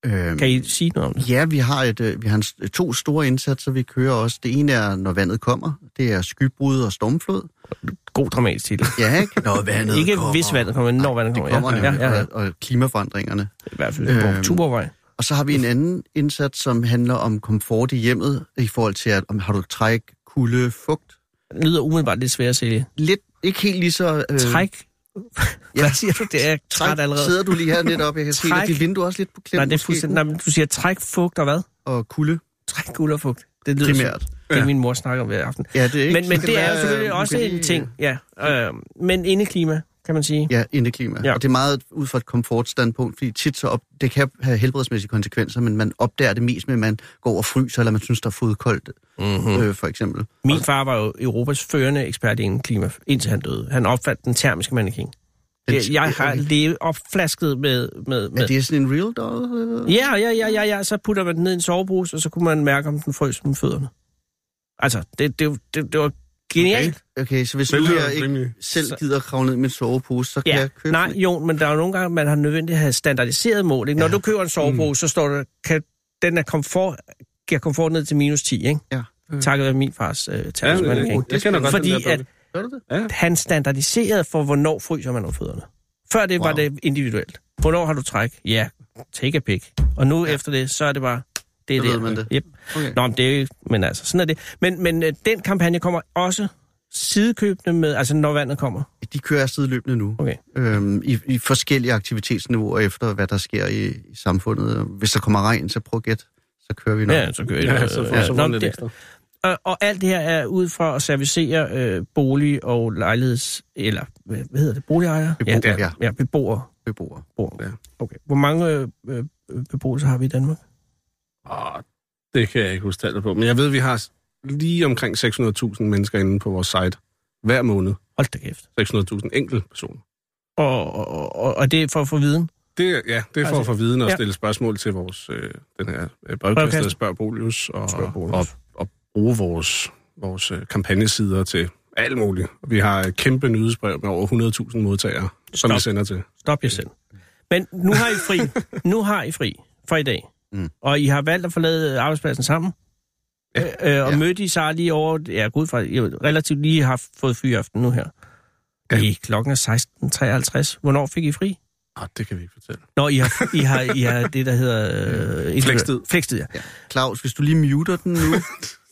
[SPEAKER 7] Øhm,
[SPEAKER 3] Kan I sige noget om det?
[SPEAKER 7] Ja, vi har, et, øh, vi har en, s- to store indsatser, vi kører også. Det ene er, når vandet kommer. Det er skybrud og stormflod.
[SPEAKER 3] God dramatisk titel.
[SPEAKER 7] Ja, ikke? Når vandet
[SPEAKER 3] Ikke
[SPEAKER 7] kommer.
[SPEAKER 3] hvis vandet kommer, men når vandet kommer.
[SPEAKER 7] Det kommer
[SPEAKER 3] ja,
[SPEAKER 7] nemlig,
[SPEAKER 3] ja, ja, ja.
[SPEAKER 7] Og, og klimaforandringerne.
[SPEAKER 3] I hvert fald på
[SPEAKER 7] Øhm,
[SPEAKER 3] Tuborgvej.
[SPEAKER 7] Og så har vi en anden indsats, som handler om komfort i hjemmet, i forhold til, at om har du træk, kulde, fugt.
[SPEAKER 3] Det lyder umiddelbart lidt svært at sælge.
[SPEAKER 7] Lidt, ikke helt lige så... Øh,
[SPEAKER 3] Træk. Hvad siger du? Det er træt
[SPEAKER 7] træk
[SPEAKER 3] allerede.
[SPEAKER 7] sidder du lige her lidt op. Jeg kan se,
[SPEAKER 3] Træk.
[SPEAKER 7] at dit vindue er også lidt på klem.
[SPEAKER 3] Nej, det er
[SPEAKER 7] måske.
[SPEAKER 3] fuldstændig... Nej, men du siger træk fugt og hvad?
[SPEAKER 7] Og kulde,
[SPEAKER 3] Træk guld og fugt. Det lyder
[SPEAKER 7] primært.
[SPEAKER 3] Som, det er min mor snakker om hver aften.
[SPEAKER 7] Ja, det er ikke...
[SPEAKER 3] Men,
[SPEAKER 7] så
[SPEAKER 3] men
[SPEAKER 7] kan
[SPEAKER 3] det er
[SPEAKER 7] være,
[SPEAKER 3] jo
[SPEAKER 7] øh,
[SPEAKER 3] selvfølgelig
[SPEAKER 7] du
[SPEAKER 3] også
[SPEAKER 7] kan
[SPEAKER 3] en
[SPEAKER 7] lige-
[SPEAKER 3] ting. Ja, øh, men indeklima, kan man sige.
[SPEAKER 7] Ja, indeklima.
[SPEAKER 3] Ja.
[SPEAKER 7] Ja. Og det er meget ud fra et komfortstandpunkt, fordi tit så op, det kan have helbredsmæssige konsekvenser, men man opdager det mest med, at man går og fryser, eller man synes, der er fodkoldt,
[SPEAKER 6] Mhm.
[SPEAKER 7] mm-hmm. øh, for eksempel.
[SPEAKER 3] Min far var jo Europas førende ekspert inden klima, indtil han døde. Han opfandt den termiske mannequin.
[SPEAKER 7] Den-
[SPEAKER 3] Jeg, jeg har levet opflasket med... med,
[SPEAKER 7] Er
[SPEAKER 3] med.
[SPEAKER 7] det sådan en real doll? eller?
[SPEAKER 3] Ja, ja, ja, ja, ja, så putter man den ned i en sovepose, og så kunne man mærke, om den frøs med fødderne. Altså, det, det, det, det var genialt.
[SPEAKER 7] Okay, så hvis
[SPEAKER 6] Det
[SPEAKER 7] nu
[SPEAKER 6] lyder
[SPEAKER 7] jeg
[SPEAKER 6] rimelig-
[SPEAKER 7] ikke selv
[SPEAKER 3] Så-
[SPEAKER 7] gider kravle ned i min sovepose, så kan
[SPEAKER 3] Ja,
[SPEAKER 7] jeg købe
[SPEAKER 3] nej,
[SPEAKER 7] sådan en.
[SPEAKER 3] jo, men der er jo nogle gange, man har nødvendigt at have standardiseret mål. Ikke? Når
[SPEAKER 7] Ja. Mm.
[SPEAKER 3] du køber en sovepose, så står der, kan, den er komfort, giver komfort ned til minus 10, ikke?
[SPEAKER 7] Ja.
[SPEAKER 3] Takket være min fars øh,
[SPEAKER 6] Ja,
[SPEAKER 3] termiske
[SPEAKER 6] jeg,
[SPEAKER 3] mannequin.
[SPEAKER 6] jeg, jeg kender godt
[SPEAKER 3] Fordi
[SPEAKER 6] den der
[SPEAKER 3] at
[SPEAKER 6] at...
[SPEAKER 7] Gør du det?
[SPEAKER 3] han standardiserede for, hvornår fryser man om fødderne. Før det wow. var
[SPEAKER 7] Wow.
[SPEAKER 3] det individuelt. Hvornår har du træk? Ja, take a pic. Og nu ja. efter det, så er det bare... Det er
[SPEAKER 7] Så ved
[SPEAKER 3] det.
[SPEAKER 7] man det.
[SPEAKER 3] Yep.
[SPEAKER 7] Okay.
[SPEAKER 3] Nå, men det er jo... Men altså, sådan er det. Men, men øh, den kampagne kommer også sidekøbende med, altså når vandet kommer.
[SPEAKER 7] De kører afsted løbende nu,
[SPEAKER 3] Okay.
[SPEAKER 7] øhm, i, i forskellige aktivitetsniveauer efter, hvad der sker i, i samfundet. Hvis der kommer regn, så prøv at gætte, så kører vi nok.
[SPEAKER 3] Ja, så kører jeg.
[SPEAKER 6] Ja, så får
[SPEAKER 3] Ja,
[SPEAKER 6] så
[SPEAKER 3] nå,
[SPEAKER 6] får man
[SPEAKER 3] men
[SPEAKER 6] lidt
[SPEAKER 3] det-
[SPEAKER 6] ekstra.
[SPEAKER 3] Og, og alt det her er ud fra at servicere øh, bolig- og lejligheds... Eller, hvad hvad hedder det? Boligejere?
[SPEAKER 7] Beboere,
[SPEAKER 3] ja.
[SPEAKER 7] ja.
[SPEAKER 3] ja beboere.
[SPEAKER 7] Beboere.
[SPEAKER 3] beboere.
[SPEAKER 6] Ja.
[SPEAKER 3] Okay. Hvor mange øh, øh, beboelser har vi i Danmark?
[SPEAKER 6] Åh, det kan jeg ikke huske tallet på, men jeg ved, vi har lige omkring 600.000 mennesker inde på vores site hver måned.
[SPEAKER 3] Hold da kæft.
[SPEAKER 6] 600.000 enkelte personer.
[SPEAKER 3] Og, og, og, og det er for at få viden.
[SPEAKER 6] Det, er- ja, det er for
[SPEAKER 3] Altså,
[SPEAKER 6] at få viden og
[SPEAKER 3] ja.
[SPEAKER 6] stille spørgsmål til vores øh, den her
[SPEAKER 3] Brevkasse.
[SPEAKER 6] øh, brevkasse, der spørger Bolius, og,
[SPEAKER 3] Spørg Bolius.
[SPEAKER 6] og, og bruge vores, vores øh, kampagnesider til alt muligt. Vi har et kæmpe nyhedsbrev med over 100.000 modtagere, som
[SPEAKER 3] Stop.
[SPEAKER 6] vi sender til.
[SPEAKER 3] Stop jer selv. Men nu har I fri. nu har I fri for i dag. Mm.
[SPEAKER 7] Mm.
[SPEAKER 3] Og I har valgt at forlade arbejdspladsen sammen. Ja. Øh, og ja.
[SPEAKER 7] Ja.
[SPEAKER 3] mødte I Sara lige over... Ja, gud fra... I har relativt lige har fået fyraften nu her. Ja.
[SPEAKER 6] Ja.
[SPEAKER 3] I klokken er 16.53. Hvornår fik I fri?
[SPEAKER 6] Ah, det kan vi ikke fortælle.
[SPEAKER 3] Nå, I har, I har, I har det, der hedder... Øh,
[SPEAKER 6] Flekstid.
[SPEAKER 3] Flekstid, ja.
[SPEAKER 7] Ja. Claus, hvis du lige muter den nu.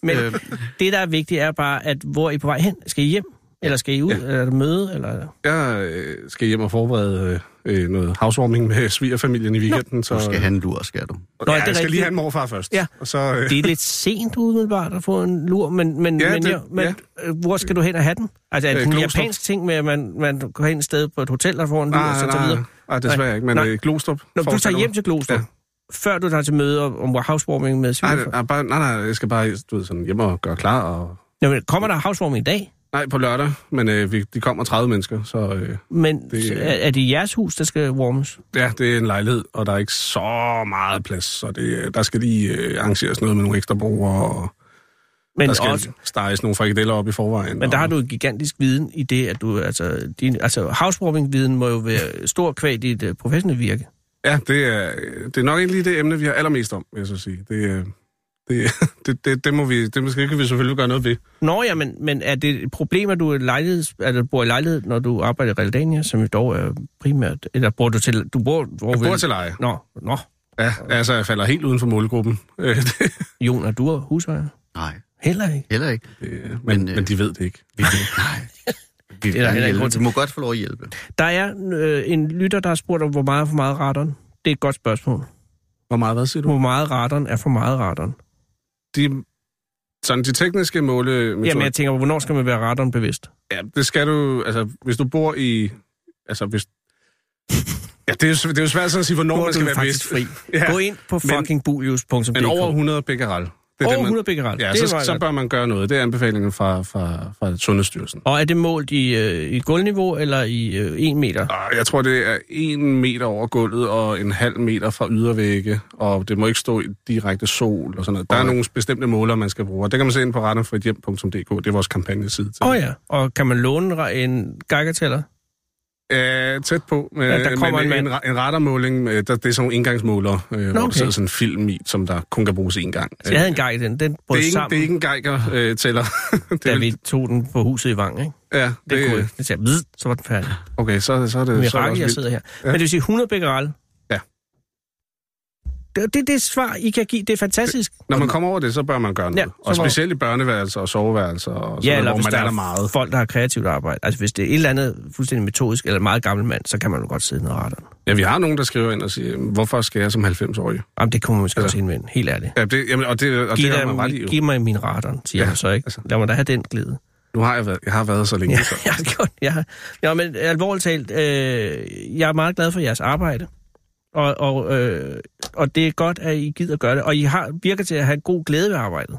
[SPEAKER 3] Men
[SPEAKER 7] Øhm.
[SPEAKER 3] det, der er vigtigt, er bare, at hvor er I på vej hen? Skal I hjem? Eller skal I ud? Ja.
[SPEAKER 6] Ja.
[SPEAKER 3] Eller er det møde? Eller...
[SPEAKER 6] Jeg øh, skal hjem og forberede øh, øh, noget housewarming med svigerfamilien i weekenden. så,
[SPEAKER 7] du skal have en lur, skal du.
[SPEAKER 6] Nå,
[SPEAKER 3] Nå,
[SPEAKER 6] ja,
[SPEAKER 3] er det
[SPEAKER 6] jeg skal
[SPEAKER 3] rigtigt?
[SPEAKER 6] lige have en morfar først.
[SPEAKER 3] Ja.
[SPEAKER 6] Og så, øh,
[SPEAKER 3] Det er lidt sent umiddelbart at få en lur, men, men,
[SPEAKER 6] Ja,
[SPEAKER 3] men,
[SPEAKER 6] det-
[SPEAKER 3] jeg, men
[SPEAKER 6] ja.
[SPEAKER 3] øh, hvor skal du hen og have den? Altså er det
[SPEAKER 6] Øh,
[SPEAKER 3] en
[SPEAKER 6] Glostrup.
[SPEAKER 3] japansk ting med, at man, man går hen et sted på et hotel og får en lur og
[SPEAKER 6] nej,
[SPEAKER 3] så tager
[SPEAKER 6] nej,
[SPEAKER 3] videre?
[SPEAKER 6] nej, desværre ikke, men
[SPEAKER 3] Nej.
[SPEAKER 6] øh, Glostrup.
[SPEAKER 3] Når du tager
[SPEAKER 6] forestiller
[SPEAKER 3] hjem
[SPEAKER 6] mig.
[SPEAKER 3] til Glostrup, ja.
[SPEAKER 6] Ja.
[SPEAKER 3] før du tager til møde om, om housewarming med
[SPEAKER 6] Nej,
[SPEAKER 3] svigerfar.
[SPEAKER 6] nej, bare, nej, nej, jeg skal bare du ved, sådan hjem og gøre klar. Og...
[SPEAKER 3] Nå, men Kommer der housewarming i dag?
[SPEAKER 6] Nej, på lørdag, men øh, vi, de kommer 30 mennesker, så øh,
[SPEAKER 3] Men
[SPEAKER 6] Det-
[SPEAKER 3] det... Er, er det jeres hus, der skal warmes?
[SPEAKER 6] ja, det er en lejlighed, og der er ikke så meget plads, så det, øh, der skal lige øh, arrangeres noget med nogle ekstra brugere, og
[SPEAKER 3] Men,
[SPEAKER 6] der skal
[SPEAKER 3] også,
[SPEAKER 6] også... steges nogle frikadeller op i forvejen.
[SPEAKER 3] men der
[SPEAKER 6] og...
[SPEAKER 3] har du en gigantisk viden i det, at du... Altså, din, altså housewarming-viden må jo være stor kvæg dit uh, professionelle virke.
[SPEAKER 6] Ja, det er, øh, det er nok ikke lige det emne, vi har allermest om, vil jeg så sige. Det, øh, det, det, det, det, må vi, det måske kan vi selvfølgelig gøre noget ved.
[SPEAKER 3] Nå ja, men, men er det et problem, at du, er lejligheds, at du bor i lejlighed, når du arbejder i Realdania, som jo dog er primært... Eller bor du til... Du bor, hvor
[SPEAKER 6] Jeg bor
[SPEAKER 3] vel-
[SPEAKER 6] til leje.
[SPEAKER 3] Nå, nå.
[SPEAKER 6] Ja, altså jeg falder helt uden for målgruppen. Øh, det,
[SPEAKER 3] Jon, er du husejer?
[SPEAKER 7] Nej,
[SPEAKER 3] Heller ikke.
[SPEAKER 7] heller ikke.
[SPEAKER 6] det, men,
[SPEAKER 7] Men,
[SPEAKER 6] men,
[SPEAKER 7] øh,
[SPEAKER 6] øh... men de ved det ikke.
[SPEAKER 7] Vi, nej. Vi, vil
[SPEAKER 3] der heller
[SPEAKER 7] gerne
[SPEAKER 3] ikke
[SPEAKER 7] hjælpe.
[SPEAKER 3] grund til.
[SPEAKER 7] vi må godt få lov at hjælpe.
[SPEAKER 3] Der er øh, en lytter, der har spurgt om, hvor meget er for meget radon. Det er et godt spørgsmål.
[SPEAKER 6] Hvor meget hvad siger du?
[SPEAKER 3] Hvor meget radon er for meget radon?
[SPEAKER 6] De, sådan de tekniske målemetoder,
[SPEAKER 3] Jamen,
[SPEAKER 6] Jamen,
[SPEAKER 3] jeg tænker, hvornår skal man være radonbevidst?
[SPEAKER 6] ja, det skal du, altså hvis du bor i, altså hvis, ja, det er, jo sv- det er jo svært sådan at sige, hvornår
[SPEAKER 3] Hvor
[SPEAKER 6] man
[SPEAKER 3] er
[SPEAKER 6] skal
[SPEAKER 3] du
[SPEAKER 6] være
[SPEAKER 3] faktisk
[SPEAKER 6] bedst.
[SPEAKER 3] fri.
[SPEAKER 6] Ja,
[SPEAKER 3] Gå ind på
[SPEAKER 6] men-
[SPEAKER 3] fucking bulius.dk.
[SPEAKER 6] men over 100 becquerel, det, det,
[SPEAKER 3] Over
[SPEAKER 6] man-
[SPEAKER 3] 100 becquerel.
[SPEAKER 6] Ja,
[SPEAKER 3] Det
[SPEAKER 6] så,
[SPEAKER 3] er meget
[SPEAKER 6] så
[SPEAKER 3] godt.
[SPEAKER 6] bør man gøre noget. Det er anbefalingen fra, fra, fra Sundhedsstyrelsen.
[SPEAKER 3] Og er det målt i, øh, i gulvniveau eller i øh, 1 meter?
[SPEAKER 6] Og Ah, Jeg tror, det er en meter over gulvet og en halv meter fra ydervægge, og det må ikke stå i direkte sol og sådan noget. Der er nogle bestemte måler, man skal bruge, og det kan man se ind på rettenfrithjem.dk. Det er vores kampagneside til.
[SPEAKER 3] Åh oh, ja, og kan man låne re- en gakkertæller?
[SPEAKER 6] Øh, tæt på. Med,
[SPEAKER 3] Ja, der kommer en
[SPEAKER 6] en,
[SPEAKER 3] mand.
[SPEAKER 6] ra- en rettermåling, øh, der, det er sådan nogle indgangsmåler, øh, hvor der
[SPEAKER 3] okay.
[SPEAKER 6] sidder sådan en film i, som der kun kan bruges én gang. Øh,
[SPEAKER 3] Så jeg havde en gejl i den. Den
[SPEAKER 6] det,
[SPEAKER 3] brød
[SPEAKER 6] er ikke,
[SPEAKER 3] sammen,
[SPEAKER 6] det er ikke en geiger-tæller. det
[SPEAKER 3] da
[SPEAKER 6] er,
[SPEAKER 3] vi tog den på huset i Vang. Ikke?
[SPEAKER 6] ja,
[SPEAKER 3] Det, det
[SPEAKER 6] det,
[SPEAKER 3] kunne Den sagde, "Bzz", så var den færdig.
[SPEAKER 6] okay, så, så er det, så er det
[SPEAKER 3] Mirakel, jeg
[SPEAKER 6] også vildt.
[SPEAKER 3] sidder her. Men det vil sige 100 becquerel?
[SPEAKER 6] Ja.
[SPEAKER 3] Det, det er det svar, I kan give. Det er fantastisk.
[SPEAKER 6] Når man kommer over det, så bør man gøre
[SPEAKER 3] Ja,
[SPEAKER 6] noget.
[SPEAKER 3] så
[SPEAKER 6] og
[SPEAKER 3] må-
[SPEAKER 6] specielt i børneværelser og soveværelser, og sådan
[SPEAKER 3] Ja,
[SPEAKER 6] noget,
[SPEAKER 3] eller
[SPEAKER 6] hvor
[SPEAKER 3] hvis
[SPEAKER 6] man
[SPEAKER 3] der
[SPEAKER 6] er der
[SPEAKER 3] er
[SPEAKER 6] meget.
[SPEAKER 3] folk, der har kreativt arbejde. Altså hvis det er et eller andet fuldstændig metodisk eller meget gammel mand, så kan man jo godt sidde ned og rette den.
[SPEAKER 6] Ja, vi har nogen, der skriver ind og siger, hvorfor skal jeg som 90-årig?
[SPEAKER 3] Jamen, det kunne man måske
[SPEAKER 6] Ja.
[SPEAKER 3] også indvende. Helt ærligt.
[SPEAKER 6] Ja, det, jamen, og det, og
[SPEAKER 3] Giv,
[SPEAKER 6] det har man
[SPEAKER 3] dig,
[SPEAKER 6] ret
[SPEAKER 3] min-
[SPEAKER 6] i. jo.
[SPEAKER 3] giv mig min radar, siger
[SPEAKER 6] Ja,
[SPEAKER 3] ja, han så, ikke?
[SPEAKER 6] altså.
[SPEAKER 3] Altså. Lad mig da have den glæde.
[SPEAKER 6] Nu har jeg været, jeg har været så længe.
[SPEAKER 3] Ja,
[SPEAKER 6] så.
[SPEAKER 3] jeg har gjort, jeg har, ja, men alvorligt talt, øh, jeg er meget glad for jeres arbejde. Og, og, øh, og det er godt, at I gider gøre det. Og I har, virker til at have god glæde ved arbejdet.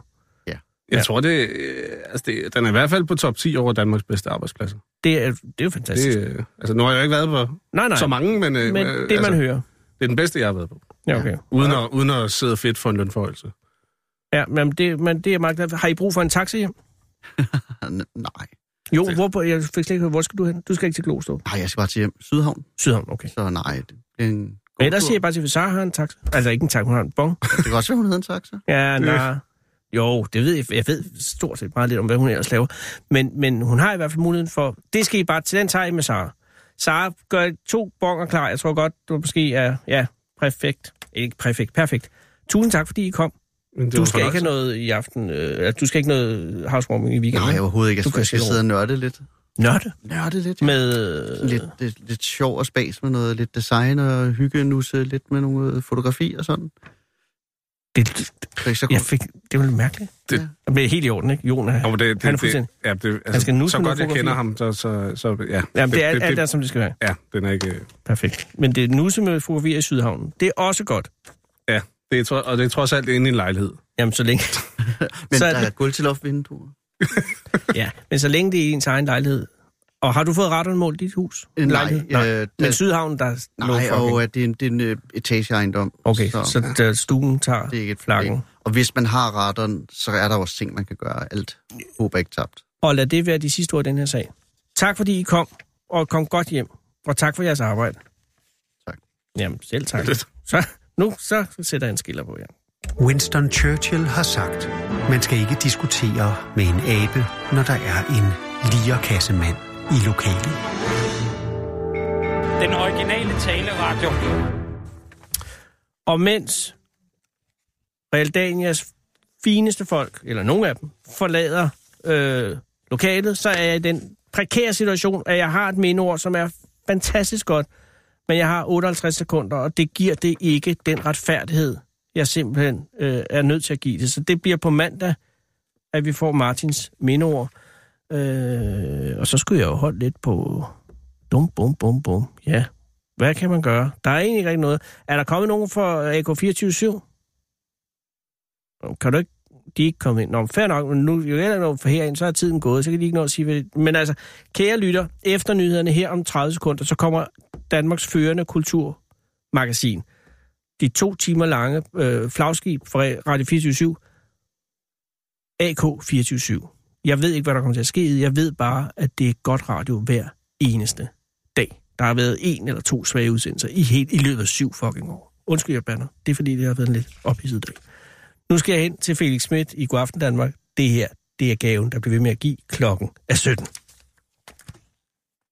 [SPEAKER 6] Jeg
[SPEAKER 3] Ja.
[SPEAKER 6] tror, det, øh, altså det, den er i hvert fald på top 10 over Danmarks bedste arbejdspladser.
[SPEAKER 3] Det er, det er jo fantastisk.
[SPEAKER 6] Det,
[SPEAKER 3] Det,
[SPEAKER 6] øh, altså, nu har jeg jo ikke været på
[SPEAKER 3] nej, nej.
[SPEAKER 6] så mange, men, øh,
[SPEAKER 3] men
[SPEAKER 6] øh,
[SPEAKER 3] det, man
[SPEAKER 6] altså,
[SPEAKER 3] hører.
[SPEAKER 6] det er den bedste, jeg har været på.
[SPEAKER 3] Ja, okay.
[SPEAKER 6] Uden at, uden at sidde fedt for en lønforhøjelse.
[SPEAKER 3] Ja, men det, men det er jeg meget glad for. Har I brug for en taxa hjem?
[SPEAKER 7] Nej.
[SPEAKER 3] Jo, hvor, jeg fik slet ikke hørt, hvor skal du hen? Du skal ikke til Glostrup.
[SPEAKER 7] Nej, jeg skal bare til hjem. Sydhavn.
[SPEAKER 3] Sydhavn, okay.
[SPEAKER 7] Så nej, det er en god
[SPEAKER 3] Men ellers
[SPEAKER 7] tur.
[SPEAKER 3] siger jeg bare til, at Sarah har en taxa. Altså ikke en taxa, hun har en bong.
[SPEAKER 7] Det kan også være, hun havde en taxa.
[SPEAKER 3] Ja,
[SPEAKER 6] Det-
[SPEAKER 3] nej. Jo, det ved jeg. Jeg ved stort set meget lidt om, hvad hun ellers laver. Men, men hun har i hvert fald muligheden for... Det skal I bare... Til den tager I med Sara. Sara gør to bonger klar. Jeg tror godt, du måske er... Ja, perfekt. Ikke perfekt, perfekt. Tusind tak, fordi I kom.
[SPEAKER 6] Men det
[SPEAKER 3] Du
[SPEAKER 6] var
[SPEAKER 3] skal ikke have
[SPEAKER 6] fornøjelse.
[SPEAKER 3] noget i aften. Øh, altså, du skal ikke noget housewarming i weekenden.
[SPEAKER 7] Nej, jeg overhovedet ikke.
[SPEAKER 3] Du
[SPEAKER 7] Jeg
[SPEAKER 3] kan
[SPEAKER 7] skal, skal
[SPEAKER 3] sidde
[SPEAKER 7] sidde og nørde lidt.
[SPEAKER 3] Nørde
[SPEAKER 7] Nørde lidt, ja.
[SPEAKER 3] med... Øh.
[SPEAKER 7] Lidt, lidt, lidt sjov og spas med noget lidt design og hyggenusse, lidt med nogle øh, fotografi og sådan.
[SPEAKER 3] Det,
[SPEAKER 7] Så, så
[SPEAKER 3] jeg fik, det var lidt mærkeligt.
[SPEAKER 6] Det-
[SPEAKER 3] Det, det blev helt i orden, ikke? Jon er,
[SPEAKER 6] Jo, men det, det,
[SPEAKER 3] han er
[SPEAKER 6] det,
[SPEAKER 3] fuldstændig...
[SPEAKER 6] ja, det, altså,
[SPEAKER 3] Han skal nusse
[SPEAKER 6] så
[SPEAKER 3] nogle
[SPEAKER 6] godt jeg
[SPEAKER 3] fotografier.
[SPEAKER 6] kender ham, så, så, så ja.
[SPEAKER 3] Jamen, det er alt, alt er, som det skal være.
[SPEAKER 6] Ja, den er ikke... øh,
[SPEAKER 3] Perfekt. Men det er nusse med fotografier i Sydhavnen. Det er også godt.
[SPEAKER 6] Ja, det er, tro- og det er trods alt inde i en lejlighed.
[SPEAKER 3] Jamen, så længe...
[SPEAKER 7] men
[SPEAKER 3] så
[SPEAKER 7] så
[SPEAKER 3] er
[SPEAKER 7] der
[SPEAKER 3] det-
[SPEAKER 7] er gulvtilofvinduer.
[SPEAKER 3] ja, men så længe det er i ens egen lejlighed. Og har du fået retteren målt i dit hus?
[SPEAKER 7] Øh, nej,
[SPEAKER 3] Lejlighed? nej.
[SPEAKER 7] øh,
[SPEAKER 3] men
[SPEAKER 7] der-
[SPEAKER 3] Sydhavnen, der er no
[SPEAKER 7] Nej,
[SPEAKER 3] fucking.
[SPEAKER 7] og at det er en, det er en øh, etageejendom.
[SPEAKER 3] Okay, så, så der, stuen tager
[SPEAKER 7] det er ikke et
[SPEAKER 3] flakken.
[SPEAKER 7] problem. Og hvis man har retteren, så er der også ting, man kan gøre. Alt håber ikke tabt.
[SPEAKER 3] Og lad det være de sidste ord i den her sag. Tak fordi I kom, og kom godt hjem. Og tak for jeres arbejde.
[SPEAKER 7] Tak.
[SPEAKER 3] Jamen, selv tak. Så, nu så sætter jeg en skiller på jer.
[SPEAKER 1] Winston Churchill har sagt, man skal ikke diskutere med en abe, når der er en lierkassemand i lokalet.
[SPEAKER 8] Den originale taleradio.
[SPEAKER 3] Og mens Realdanias fineste folk, eller nogle af dem, forlader øh, lokalet, så er jeg i den prekære situation, at jeg har et mindeord, som er fantastisk godt, men jeg har 58 sekunder, og det giver det ikke den retfærdighed, jeg simpelthen øh, er nødt til at give det. Så det bliver på mandag, at vi får Martins mindeord. Øh, og så skulle jeg jo holde lidt på... Dum, bum, bum, bum. Ja, hvad kan man gøre? Der er egentlig ikke rigtig noget. Er der kommet nogen fra AK247? Kan du ikke... De er ikke kommet ind. Nå, men fair nok, men nu jo heller noget for herind, så er tiden gået, så kan de ikke nå at sige... Hvad... Men altså, kære lytter, efter nyhederne her om 30 sekunder, så kommer Danmarks førende kulturmagasin. De to timer lange øh, flagskib fra Radio 24 AK247. Jeg ved ikke, hvad der kommer til at ske. Jeg ved bare, at det er godt radio hver eneste dag. Der har været en eller to svage udsendelser i, helt, i løbet af syv fucking år. Undskyld, jeg banner. Det er fordi, det har været en lidt ophidset dag. Nu skal jeg hen til Felix Schmidt i Godaften Danmark. Det her, det er gaven, der bliver ved med at give klokken er 17.